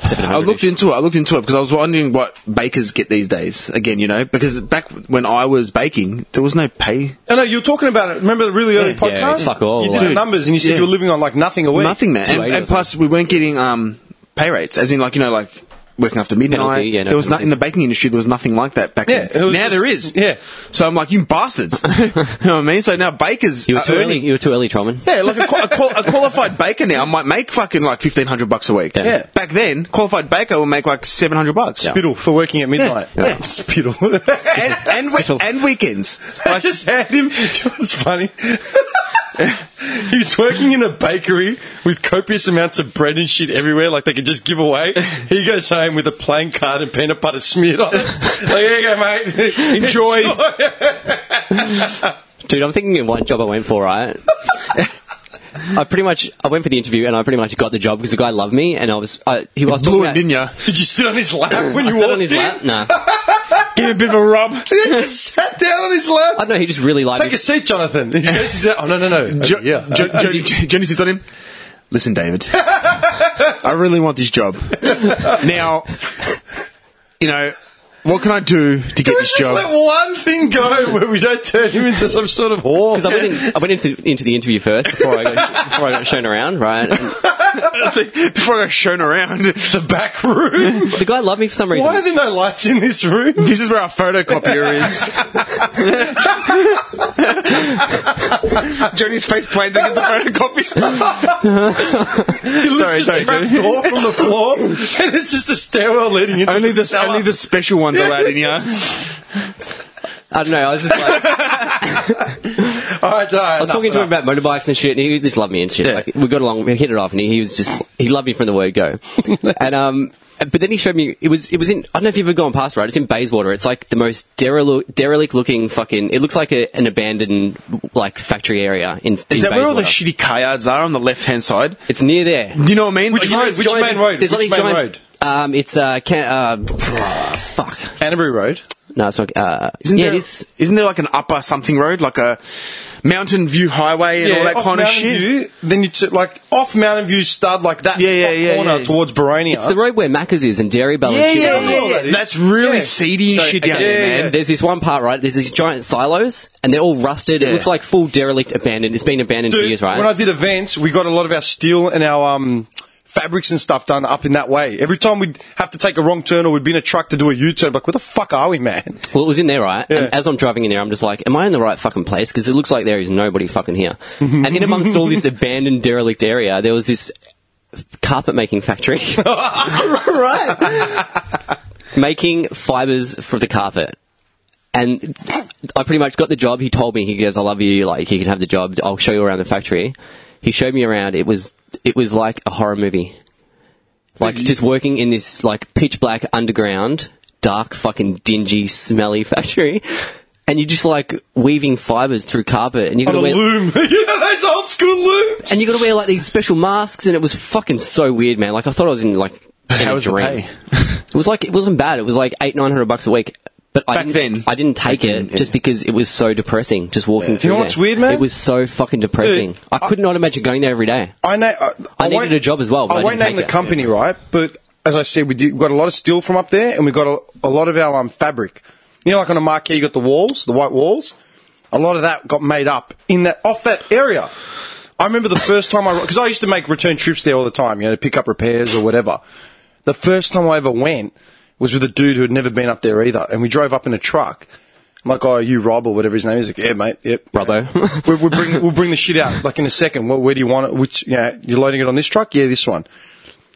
I 700 -ish. looked into it. I looked into it because I was wondering what bakers get these days. Again, you know, because back when I was baking, there was no pay, I know Oh, you were talking about it. Remember the really early Yeah, podcast? it's like, oh, you did like- the numbers and you said Yeah. you were living on like nothing a week. nothing, man. 280 And, or and plus, we weren't getting um, pay rates, as in like you know, like working after midnight. Penalty, yeah, no there was not in penalties. the baking industry. There was nothing like that back Yeah, it then. was Now just- there is. yeah. So I'm like, you bastards. you know what I mean? So now bakers You were are too early. earning- You were too early, Trollman. Yeah, like a, qua- a, qual- a qualified baker now might make fucking like fifteen hundred bucks a week. Yeah. Back then, qualified baker would make like seven hundred bucks. Spittle for working at midnight. Yeah. Yeah. Spittle. And, I and, we- Spittle. and weekends. just had him. It's funny. he was working in a bakery with copious amounts of bread and shit everywhere, like they could just give away. He goes home with a playing card and peanut butter smeared on it. Like, here you go, mate. Enjoy. Dude, I'm thinking of one job I went for, right? I pretty much I went for the interview and I pretty much got the job because the guy loved me and I was I, he I was talking Blew it, about, didn't ya? Did you sit on his lap when I you sat walked on his in? lap. Nah, Give him a bit of a rub. he just sat down on his lap. I don't know. He just really liked Take me. a seat, Jonathan. He goes, he's out. Oh, no, no, no. Jo- yeah. Jo- Johnny- Johnny sits on him. Uh, Listen, David. I really want this job. Now, you know, what can I do to get Can we this just let job? one thing go where we don't turn him into some sort of whore? Because I went, in, I went into, into the interview first before I got, before I got shown around, right? And See, Before I got shown around, the back room. the guy loved me for some reason. Why are there no lights in this room? This is where our photocopier is. Johnny's face played against the photocopier. He Sorry, lifts sorry, the trap Jimmy. door from the floor, and it's just a stairwell leading into only the the cellar. only the special ones allowed in here. I don't know. I was just like, I All right, all right, was talking to him about motorbikes and shit, and he just loved me and shit. Yeah. Like we got along, we hit it off, and he, he was just he loved me from the word go. and um, but then he showed me it was it was in I don't know if you've ever gone past right. It's in Bayswater. It's like the most derelict derelict looking fucking. It looks like a, an abandoned like factory area in. Is in that where all the Bayswater. shitty car yards are on the left hand side? It's near there. You know what I mean? Which Like, road? Which giant- main road? There's Which like main giant, road? Um, it's uh, can, uh, fuck. Canterbury Road. No, it's not. Uh, Isn't yeah, there, it is. isn't there like an upper something road, like a Mountain View Highway and all that off kind of Mountain shit? View, then you t- like off Mountain View, stud like that. Yeah, yeah, top yeah, corner yeah. towards Baronia. It's the road where Macca's is and Dairy Bell and shit. yeah, yeah. yeah. That's really Yeah. seedy and So, shit down okay, there, yeah, man. yeah. There's this one part, right? There's these giant silos, and they're all rusted. It Yeah. looks like full derelict, abandoned. It's been abandoned for Dude, years, When I right? did events, we got a lot of our steel and our um, fabrics and stuff done up in that way. Every time we'd have to take a wrong turn or we'd be in a truck to do a U turn, like, where the fuck are we, man? well, it was in there, right? Yeah. And as I'm driving in there, I'm just like, am I in the right fucking place? Because it looks like there is nobody fucking here. and in amongst all this abandoned, derelict area, there was this carpet making factory. right. making fibers for the carpet. And I pretty much got the job. He told me, he goes, I love you. Like, you can have the job. I'll show you around the factory. He showed me around. It was, it was like a horror movie. Like, just working in this, like, pitch black underground, dark, fucking dingy, smelly factory. And you're just like weaving fibers through carpet and you're On a gonna wear, loom. yeah, those old school looms. and you got to wear like these special masks, and it was fucking so weird, man. Like I thought I was in like in How a was the dream. pay? it was like it wasn't bad. It was like eight nine hundred bucks a week. But I Back didn't, then. I didn't take Back it then, yeah. just because it was so depressing. Just walking through. You know there. what's weird, man? It was so fucking depressing. Dude, I, could not imagine going there every day. I know. I, I needed won't- a job as well, but I, I won't didn't name the take it. company, right? But as I said, we did, we got a lot of steel from up there, and we got a, a lot of our um, fabric. You know, like on a marquee, you got the walls, the white walls. A lot of that got made up in that off that area. I remember the first time I because I used to make return trips there all the time, you know, to pick up repairs or whatever. The first time I ever went was with a dude who had never been up there either, and we drove up in a truck. I'm like, oh, are you Rob or whatever his name is? He's Like, yeah, mate, yep. Robbo. we'll, we'll bring we'll bring the shit out like in a second. Well, where do you want it? Which yeah, you're loading it on this truck? Yeah, this one.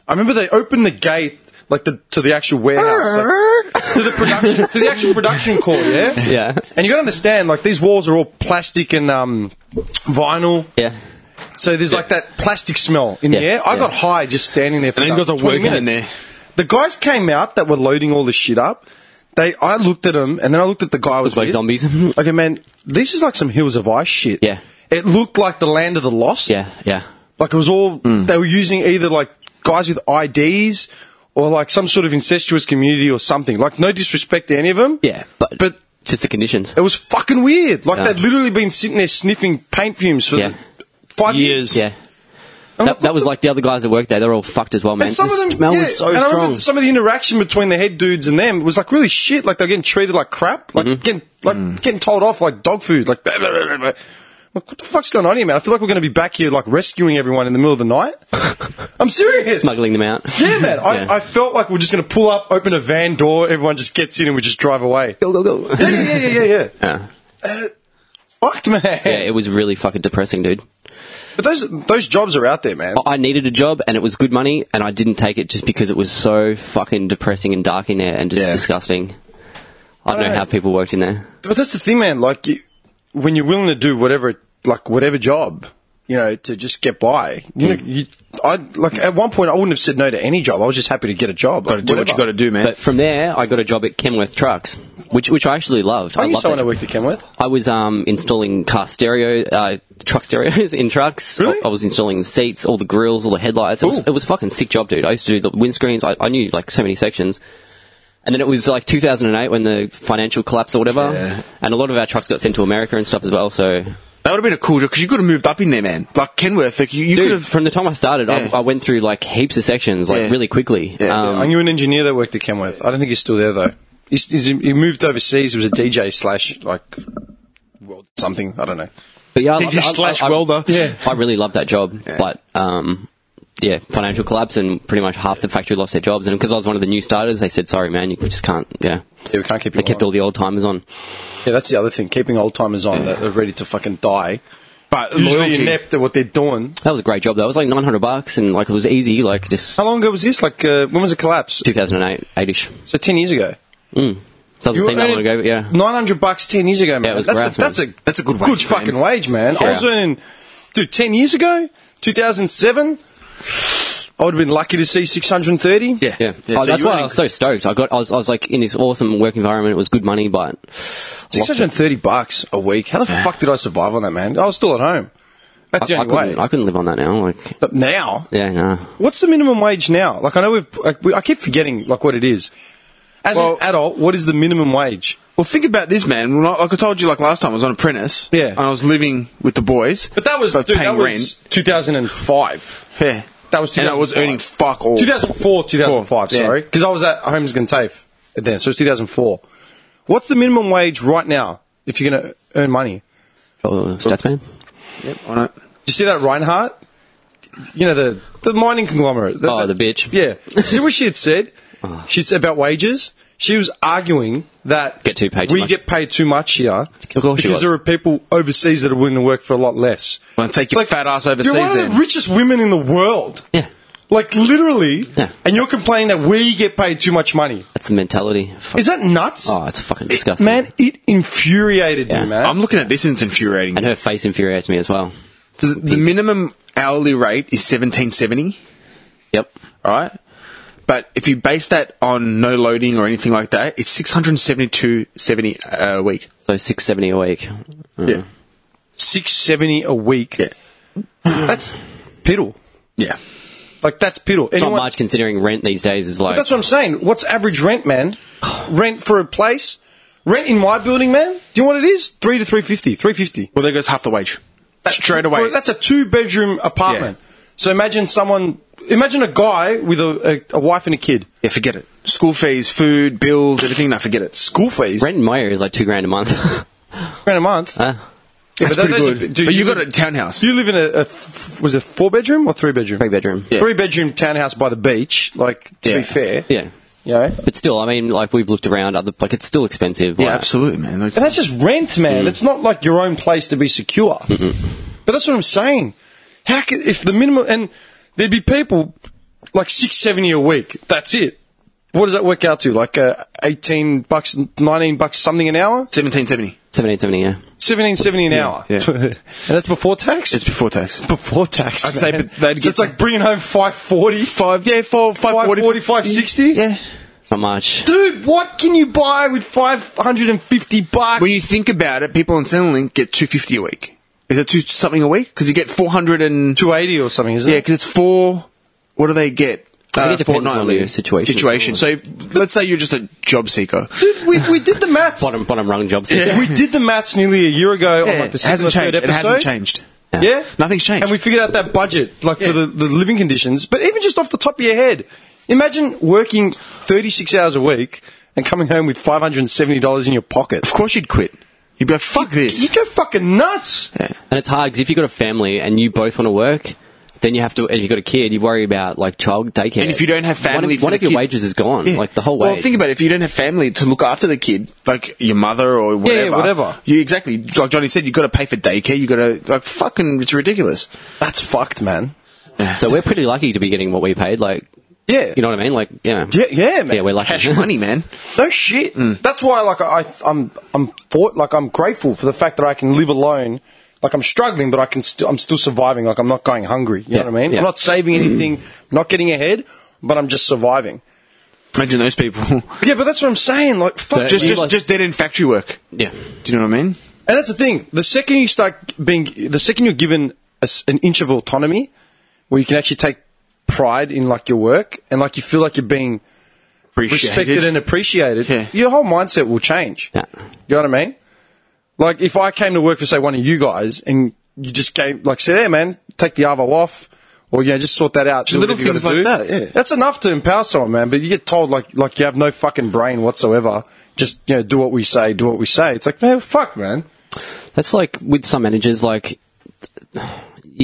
I remember they opened the gate like the, to the actual warehouse, like, to the production to the actual production core. Yeah, Yeah. And you got to understand, like these walls are all plastic and um, vinyl. Yeah, So there's like that plastic smell in the Yeah, air. I yeah. got high just standing there. For And these about guys are 20 working in minutes. there. The guys came out that were loading all this shit up. They, I looked at them, and then I looked at the guy. I was like with. Mm, zombies. okay, man, this is like some hills of ice shit. Yeah. it looked like the land of the lost. yeah, Mm. yeah. Like it was all they were using either like guys with IDs or like some sort of incestuous community or something. Like no disrespect to any of them. Yeah, but- but It's just the conditions. it was fucking weird. Like Yeah. they'd literally been sitting there sniffing paint fumes for Yeah. the- five years. Yeah. I'm That, like, that was like the other guys that worked there. They were all fucked as well, man. And some the of them, smell yeah, was so and I strong. remember some of the interaction between the head dudes and them was like really shit. Like they're getting treated like crap, Mm-hmm. like getting like getting told off like dog food. Like, blah, blah, blah, blah. Like, what the fuck's going on here, man? I feel like we're going to be back here like rescuing everyone in the middle of the night. I'm serious. Smuggling them out. Yeah, man. I, Yeah. I felt like we're just going to pull up, open a van door, everyone just gets in, and we just drive away. Go go go. Yeah, yeah, yeah, yeah, yeah. Yeah. Fucked, man. yeah, it was really fucking depressing, dude. But those those jobs are out there, man. I needed a job and it was good money and I didn't take it just because it was so fucking depressing and dark in there and just Yeah. disgusting. I don't know Alright. how people worked in there. But that's the thing, man. Like you, when you're willing to do whatever, like whatever job, you know, to just get by. You know, you, I like at one point I wouldn't have said no to any job. I was just happy to get a job. Got to do what you got to do, man. But from there, I got a job at Kenworth Trucks, which which I actually loved. I knew loved someone that who worked at Kenworth. I was um, installing car stereo, uh, truck stereos in trucks. Really? I, I was installing the seats, all the grills, all the headlights. It was, Ooh. it was a fucking sick job, dude. I used to do the windscreens. I, I knew like so many sections. And then it was like 2008 when the financial collapse or whatever. Yeah. And a lot of our trucks got sent to America and stuff as well. So, that would have been a cool job because you could have moved up in there, man. Like Kenworth, like you, you could dude, have. from the time I started, Yeah. I, I went through like heaps of sections, like Yeah. really quickly. Um, Yeah. I knew an engineer that worked at Kenworth. I don't think he's still there though. He's, he's, he moved overseas. He was a DJ slash like world something. I don't know. But yeah, I, Did you loved- I- slash I- I- welder? Yeah, I really loved that job. But um, yeah, financial collapse and pretty much half the factory lost their jobs. And because I was one of the new starters, they said, "Sorry, man, you just can't." Yeah, Yeah, we can't keep. they kept all the old timers on. Yeah, that's the other thing. Keeping old timers on that are ready to fucking die. But Usually loyalty. inept at what they're doing. That was a great job. though. It was like nine hundred bucks, and like it was easy. Like just How long ago was this? Like, uh, when was the collapse? two thousand and eight, eightish. So ten years ago. Doesn't seem that long ago, but yeah. Nine hundred bucks ten years ago, man. it was that's, grass, a, that's man. a That's a good good wage, man. fucking wage, man. I Yeah. was earning, dude, ten years ago, two thousand seven. I would have been lucky to see six hundred and thirty. Yeah. Yeah, Yeah, Oh, so that's you why I earning- was so stoked. I got, I was, I was like in this awesome work environment. It was good money, but I six lost hundred and it. thirty bucks a week. How the fuck did I survive on that, man? I was still at home. I, That's the I only couldn't, way. I couldn't live on that now. Like, But now, yeah, no. what's the minimum wage now? Like, I know we've, like, we, I keep forgetting like what it is. As Well- an adult, what is the minimum wage? Well, think about this, man. When I, like I told you, like last time, I was on apprentice. Yeah. And I was living with the boys. But that was like, dude, paying that was two thousand and five. rent. Yeah. That was and I was 2005. earning fuck all. 2004, 2005, Four, yeah. sorry. Because I was at Holmes and TAFE then, so it's 2004. What's the minimum wage right now if you're going to earn money? Oh, stats man. Yep, I know. Did you see that Reinhardt? You know, the, the mining conglomerate. Oh, the bitch. Yeah. see what she had said? Oh, She said about wages. She was arguing that Get too paid too we much. get paid too much here course she because was. there are people overseas that are willing to work for a lot less. Well, take your fat ass overseas You're one then. of the richest women in the world. Yeah. Like literally, Yeah. and you're complaining that we get paid too much money. That's the mentality. Fuck. Is that nuts? Oh, it's fucking It- disgusting. man, it infuriated Yeah. me, man. I'm looking at this and it's infuriating. And her face infuriates me as well. The, the minimum hourly rate is seventeen seventy, Yep. right? But if you base that on no loading or anything like that, it's six hundred seventy two seventy uh, a week. So six seventy a week. Mm. Yeah, Six seventy a week. yeah, That's piddle. yeah. Like that's piddle. It's not Anyone- much considering rent these days is But like that's what I'm saying. What's average rent, man? rent for a place? Rent in my building, man? Do you know what it is? Three to three fifty. Three fifty. Well, there goes half the wage straight away. Bro, that's a two bedroom apartment. So imagine someone, imagine a guy with a, a, a wife and a kid. yeah, forget it. School fees, food, bills, everything. No, forget it. School fees, rent in my area is like two grand a month. grand a month. Uh, Yeah, That's that- pretty that's- good. dude, but you, live- got a townhouse. You live in a, a th- was it four bedroom or three bedroom? three bedroom. Yeah. Three bedroom townhouse by the beach. Like to Yeah. be fair, yeah. you know? But still, I mean, like we've looked around, other like it's still expensive. yeah, like- absolutely, man. Like- And that's just rent, Mm. man. It's not like your own place to be secure. Mm-hmm. But that's what I'm saying. How could, if the minimum and there'd be people like six seventy a week. That's it. What does that work out to? Like uh, eighteen bucks, nineteen bucks, something an hour. 1770. Seventeen seventy. Yeah. Seventeen seventy an hour. yeah. and that's before tax. It's before tax. before tax. I'd say, man. but they'd so get- it's like bringing home five forty. Five, yeah, four, five, 540, 560? Yeah. It's Not much. Dude, what can you buy with 550 bucks? When you think about it, people on Centrelink get 250 a week. Is it two something a week? Because you get 400 and. 280 or something, isn't Yeah, it? because it's four. What do they get? Uh, I think it depends on fortnightly. your situation. Situation. So if, let's say you're just a job seeker. Dude, we, we did the maths. Bottom bottom rung job. Yeah, We did the maths nearly a year ago on Yeah, Oh, like the it second or third hasn't changed. It episode. hasn't changed. Yeah? Nothing's changed. And we figured out that budget, like for the, the living conditions. But even just off the top of your head, imagine working 36 hours a week and coming home with $570 in your pocket. Of course you'd quit. You'd be like, fuck this. You go fucking nuts. And it's hard because if you've got a family and you both want to work, then you have to. And you've got a kid, you worry about like child daycare. And if you don't have one family, of, for one the of your kid- wages is gone. Yeah. Like the whole Well, wage. think about it. If you don't have family to look after the kid, like your mother or whatever, yeah, whatever. You exactly like Johnny said. You got to pay for daycare. You got to like fucking. It's ridiculous. That's fucked, man. so we're pretty lucky to be getting what we paid. Like, Yeah. you know what I mean? Like, yeah, yeah, yeah, man. yeah, we're lucky. Cash money, man. No shit. That's why, like, I, I'm, I'm, for, like, I'm grateful for the fact that I can live alone. Like, I'm struggling, but I can still, I'm still surviving. Like, I'm not going hungry. You know what I mean? yeah. I'm not saving anything, not getting ahead, but I'm just surviving. Imagine those people. But yeah, but that's what I'm saying. Like, fuck. just, you, just, like- just dead in factory work. yeah. Do you know what I mean? and that's the thing. The second you start being, the second you're given a s an inch of autonomy, where you can actually take pride in like your work and like you feel like you're being respected and appreciated, Yeah. your whole mindset will change. Yeah. You know what I mean? Like if I came to work for say one of you guys and you just came like said, "Hey man, take the arvo off," or you know, just sort that out. Do little whatever you things gotta like that. do. Yeah. That's enough to empower someone, man. But you get told like like you have no fucking brain whatsoever. Just you know, do what we say, do what we say. It's like, man, fuck, man. That's like with some managers, like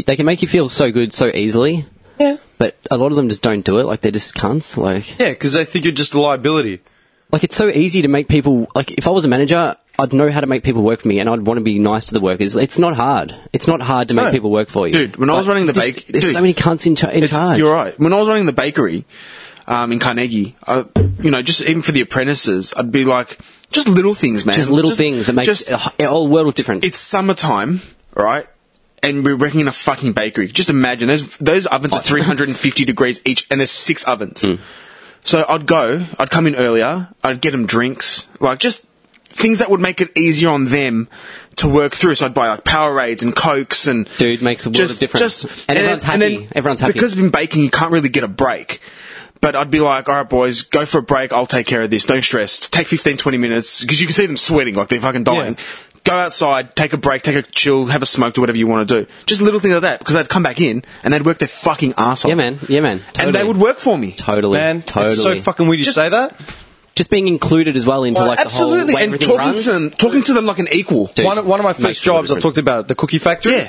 they can make you feel so good so easily, Yeah. but a lot of them just don't do it. Like they're just cunts. Like, Yeah, because they think you're just a liability. like it's so easy to make people. Like if I was a manager, I'd know how to make people work for me, and I'd want to be nice to the workers. It's not hard. It's not hard to make No. people work for you, Dude, when I was Like, running the just- bake- there's dude, so many cunts in, cha- in It's- charge. You're right. When I was running the bakery um, in Carnegie, I, you know, just even for the apprentices, I'd be like, just little things, man. Just little things that make just- a, h- a whole world of difference. it's summertime, right? And we're working in a fucking bakery. Just imagine those those ovens Oh. are 350 degrees each, and there's six ovens. Hmm. So I'd go, I'd come in earlier, I'd get them drinks, like just things that would make it easier on them to work through. So I'd buy like Powerades and Cokes and Dude, makes a world of difference. And everyone's happy. Everyone's happy. because I've been baking, you can't really get a break. But I'd be like, all right, boys, go for a break. I'll take care of this. Don't stress. Take 15, 20 minutes because you can see them sweating like they're fucking dying. Yeah. Go outside, take a break, take a chill, have a smoke, do whatever you want to do. Just little things like that because they'd come back in and they'd work their fucking ass off. yeah, man. Yeah, man. And they Totally. would work for me. Totally, Man, totally. it's so fucking weird you say that. just being included as well into like the Absolutely. whole way And everything talking runs. to them, talking to them like an equal. Dude, one, one of my makes first a world jobs, I difference. talked about it, the cookie factory. Yeah.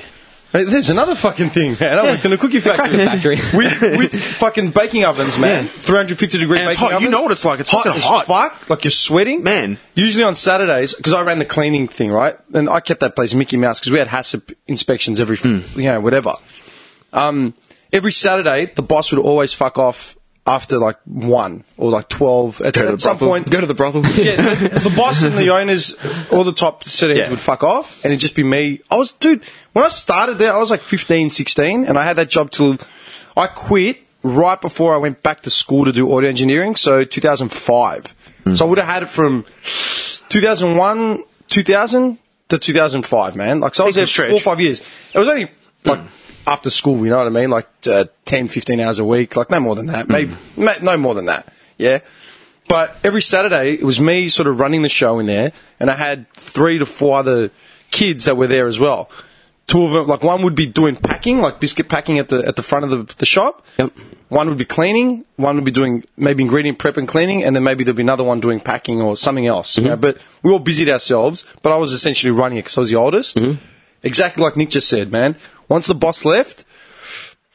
Hey, There's another fucking thing, man. I worked in a cookie factory. Cracker factory. with, with fucking baking ovens, man. Yeah. 350 degree And baking it's hot. ovens. You know what it's like. It's hot fucking as hot. fuck. Like you're sweating. Man. Usually on Saturdays, because I ran the cleaning thing, right? And I kept that place Mickey Mouse because we had HACCP inspections Hmm. every, f you know, whatever. Um, every Saturday, the boss would always fuck off after like one or like twelve. At, Go to at the some brothel. point, Go to the brothel. yeah, the, the boss and the owners, all the top set heads Yeah. would fuck off, and it'd just be me. I was, dude, when I started there, I was like 15, 16, and I had that job till I quit right before I went back to school to do audio engineering, so 2005. Hmm. So I would have had it from 2001, 2000 to 2005, man. Like, so I was there Decent four stretch. or five years. It was only like after school, you know what I mean? Like uh, 10, 15 hours a week, like no more than that. Maybe, ma- no more than that. Yeah. But every Saturday, it was me sort of running the show in there, and I had three to four other kids that were there as well. Two of them, like one would be doing packing, like biscuit packing at the at the front of the, the shop. Yep. One would be cleaning. One would be doing maybe ingredient prep and cleaning, and then maybe there'd be another one doing packing or something else. you know, But we all busied ourselves. But I was essentially running it because I was the oldest. Exactly like Nick just said, man. Once the boss left,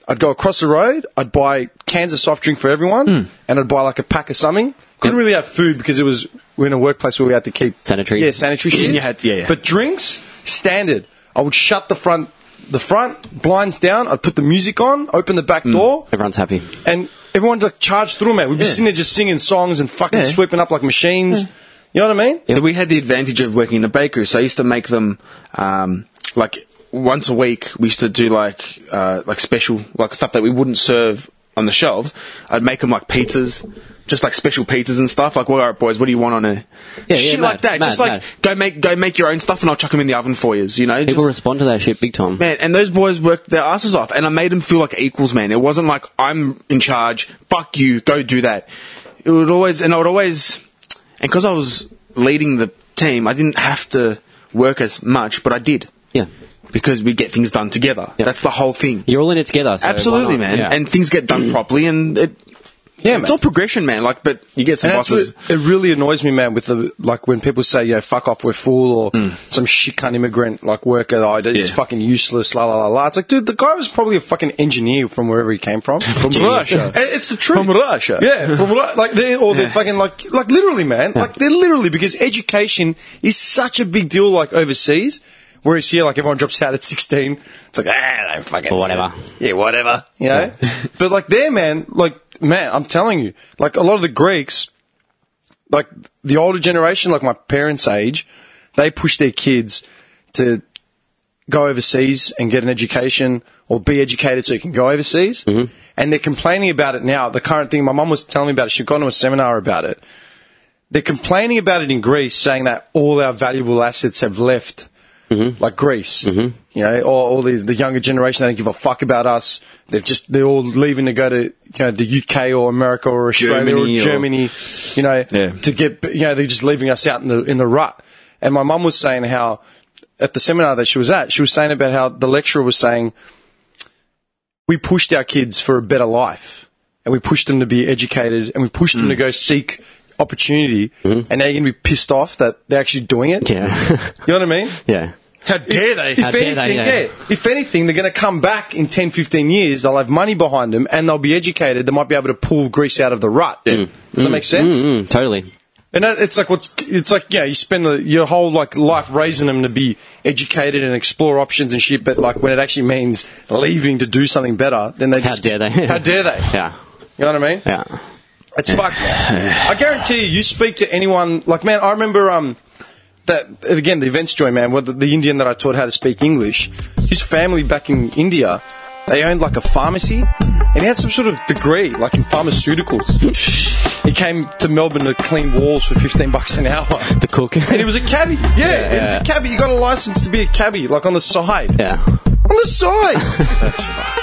I'd go across the road, I'd buy cans of soft drink for everyone, and I'd buy like a pack of something. Hmm. Couldn't really have food because it was we are in a workplace where we had to keep Sanitary. Yeah, sanitary shit. you had- yeah, yeah. But drinks, standard. I would shut the front the front blinds down, I'd put the music on, open the back door, Everyone's happy. and everyone like charged through, man. We'd be sitting there just singing songs and fucking Yeah. sweeping up like machines. You know what I mean? So we had the advantage of working in a bakery. So I used to make them um, like once a week. We used to do like uh, like special like stuff that we wouldn't serve on the shelves. I'd make them like pizzas, just like special pizzas and stuff. Like, well, all right, boys, what do you want on a Yeah, shit yeah, like mad, that? just mad, like mad. go make go make your own stuff, and I'll chuck them in the oven for you. You know, People Just- respond to that shit big time. Man, and those boys worked their asses off, and I made them feel like equals, man. It wasn't like I'm in charge. Fuck you, go do that. It would always, and I would always, and because I was leading the team, I didn't have to work as much, but I did Yeah. because we get things done together. Yeah. That's the whole thing. You're all in it together. so why Absolutely, not? man. Yeah. And things get done properly, and it, Yeah, it's man. all progression, man. Like, but you get some And that's bosses. what- it really annoys me, man, with the like when people say, "Yeah, fuck off, we're full," or some shit cunt immigrant like worker, oh, it's Hmm. Yeah. fucking useless, la la la la. It's like, dude, the guy was probably a fucking engineer from wherever he came from, from Russia. It's the truth. From Russia. yeah, from Ru- like they or they're fucking like like literally, man, like they're literally because education is such a big deal, like overseas. Whereas here, like everyone drops out at sixteen, it's like ah, don't fucking Or whatever. yeah, whatever. You know? but like there, man, like man, I'm telling you, like a lot of the Greeks, like the older generation, like my parents' age, they push their kids to go overseas and get an education or be educated so you can go overseas. Mm-hmm. And they're complaining about it now. The current thing, my mum was telling me about it. She'd gone to a seminar about it. They're complaining about it in Greece, saying that all our valuable assets have left, like Greece. Mm-hmm. You know, all, all these, the younger generation, they don't give a fuck about us. They're just, they're all leaving to go to, you know, the UK or America or Australia Germany or or- Germany, you know, Yeah. to get, you know, they're just leaving us out in the, in the rut. And my mum was saying how, at the seminar that she was at, she was saying about how the lecturer was saying, we pushed our kids for a better life and we pushed them to be educated and we pushed Mm. them to go seek opportunity and now you're going to be pissed off that they're actually doing it. Mm-hmm. Yeah. You know what I mean? yeah. How dare they? If How dare anything, they, yeah. yeah. If anything, they're going to come back in 10, 15 years. They'll have money behind them and they'll be educated. They might be able to pull Greece out of the rut. Does that make sense? Mm, totally. And that, it's like what's it's like yeah, you spend the, your whole like life raising them to be educated and explore options and shit, but like when it actually means leaving to do something better, then they How just, dare they? How dare they? Yeah. You know what I mean? Yeah. It's fucked. I guarantee you, you speak to anyone like man. I remember um that again the events joy man, well, the, the Indian that I taught how to speak English. His family back in India, they owned like a pharmacy, and he had some sort of degree like in pharmaceuticals. he came to Melbourne to clean walls for fifteen bucks an hour. The cook. And he was a cabbie. Yeah, he was yeah. a cabbie. You got a license to be a cabbie, like on the side. yeah. On the side. That's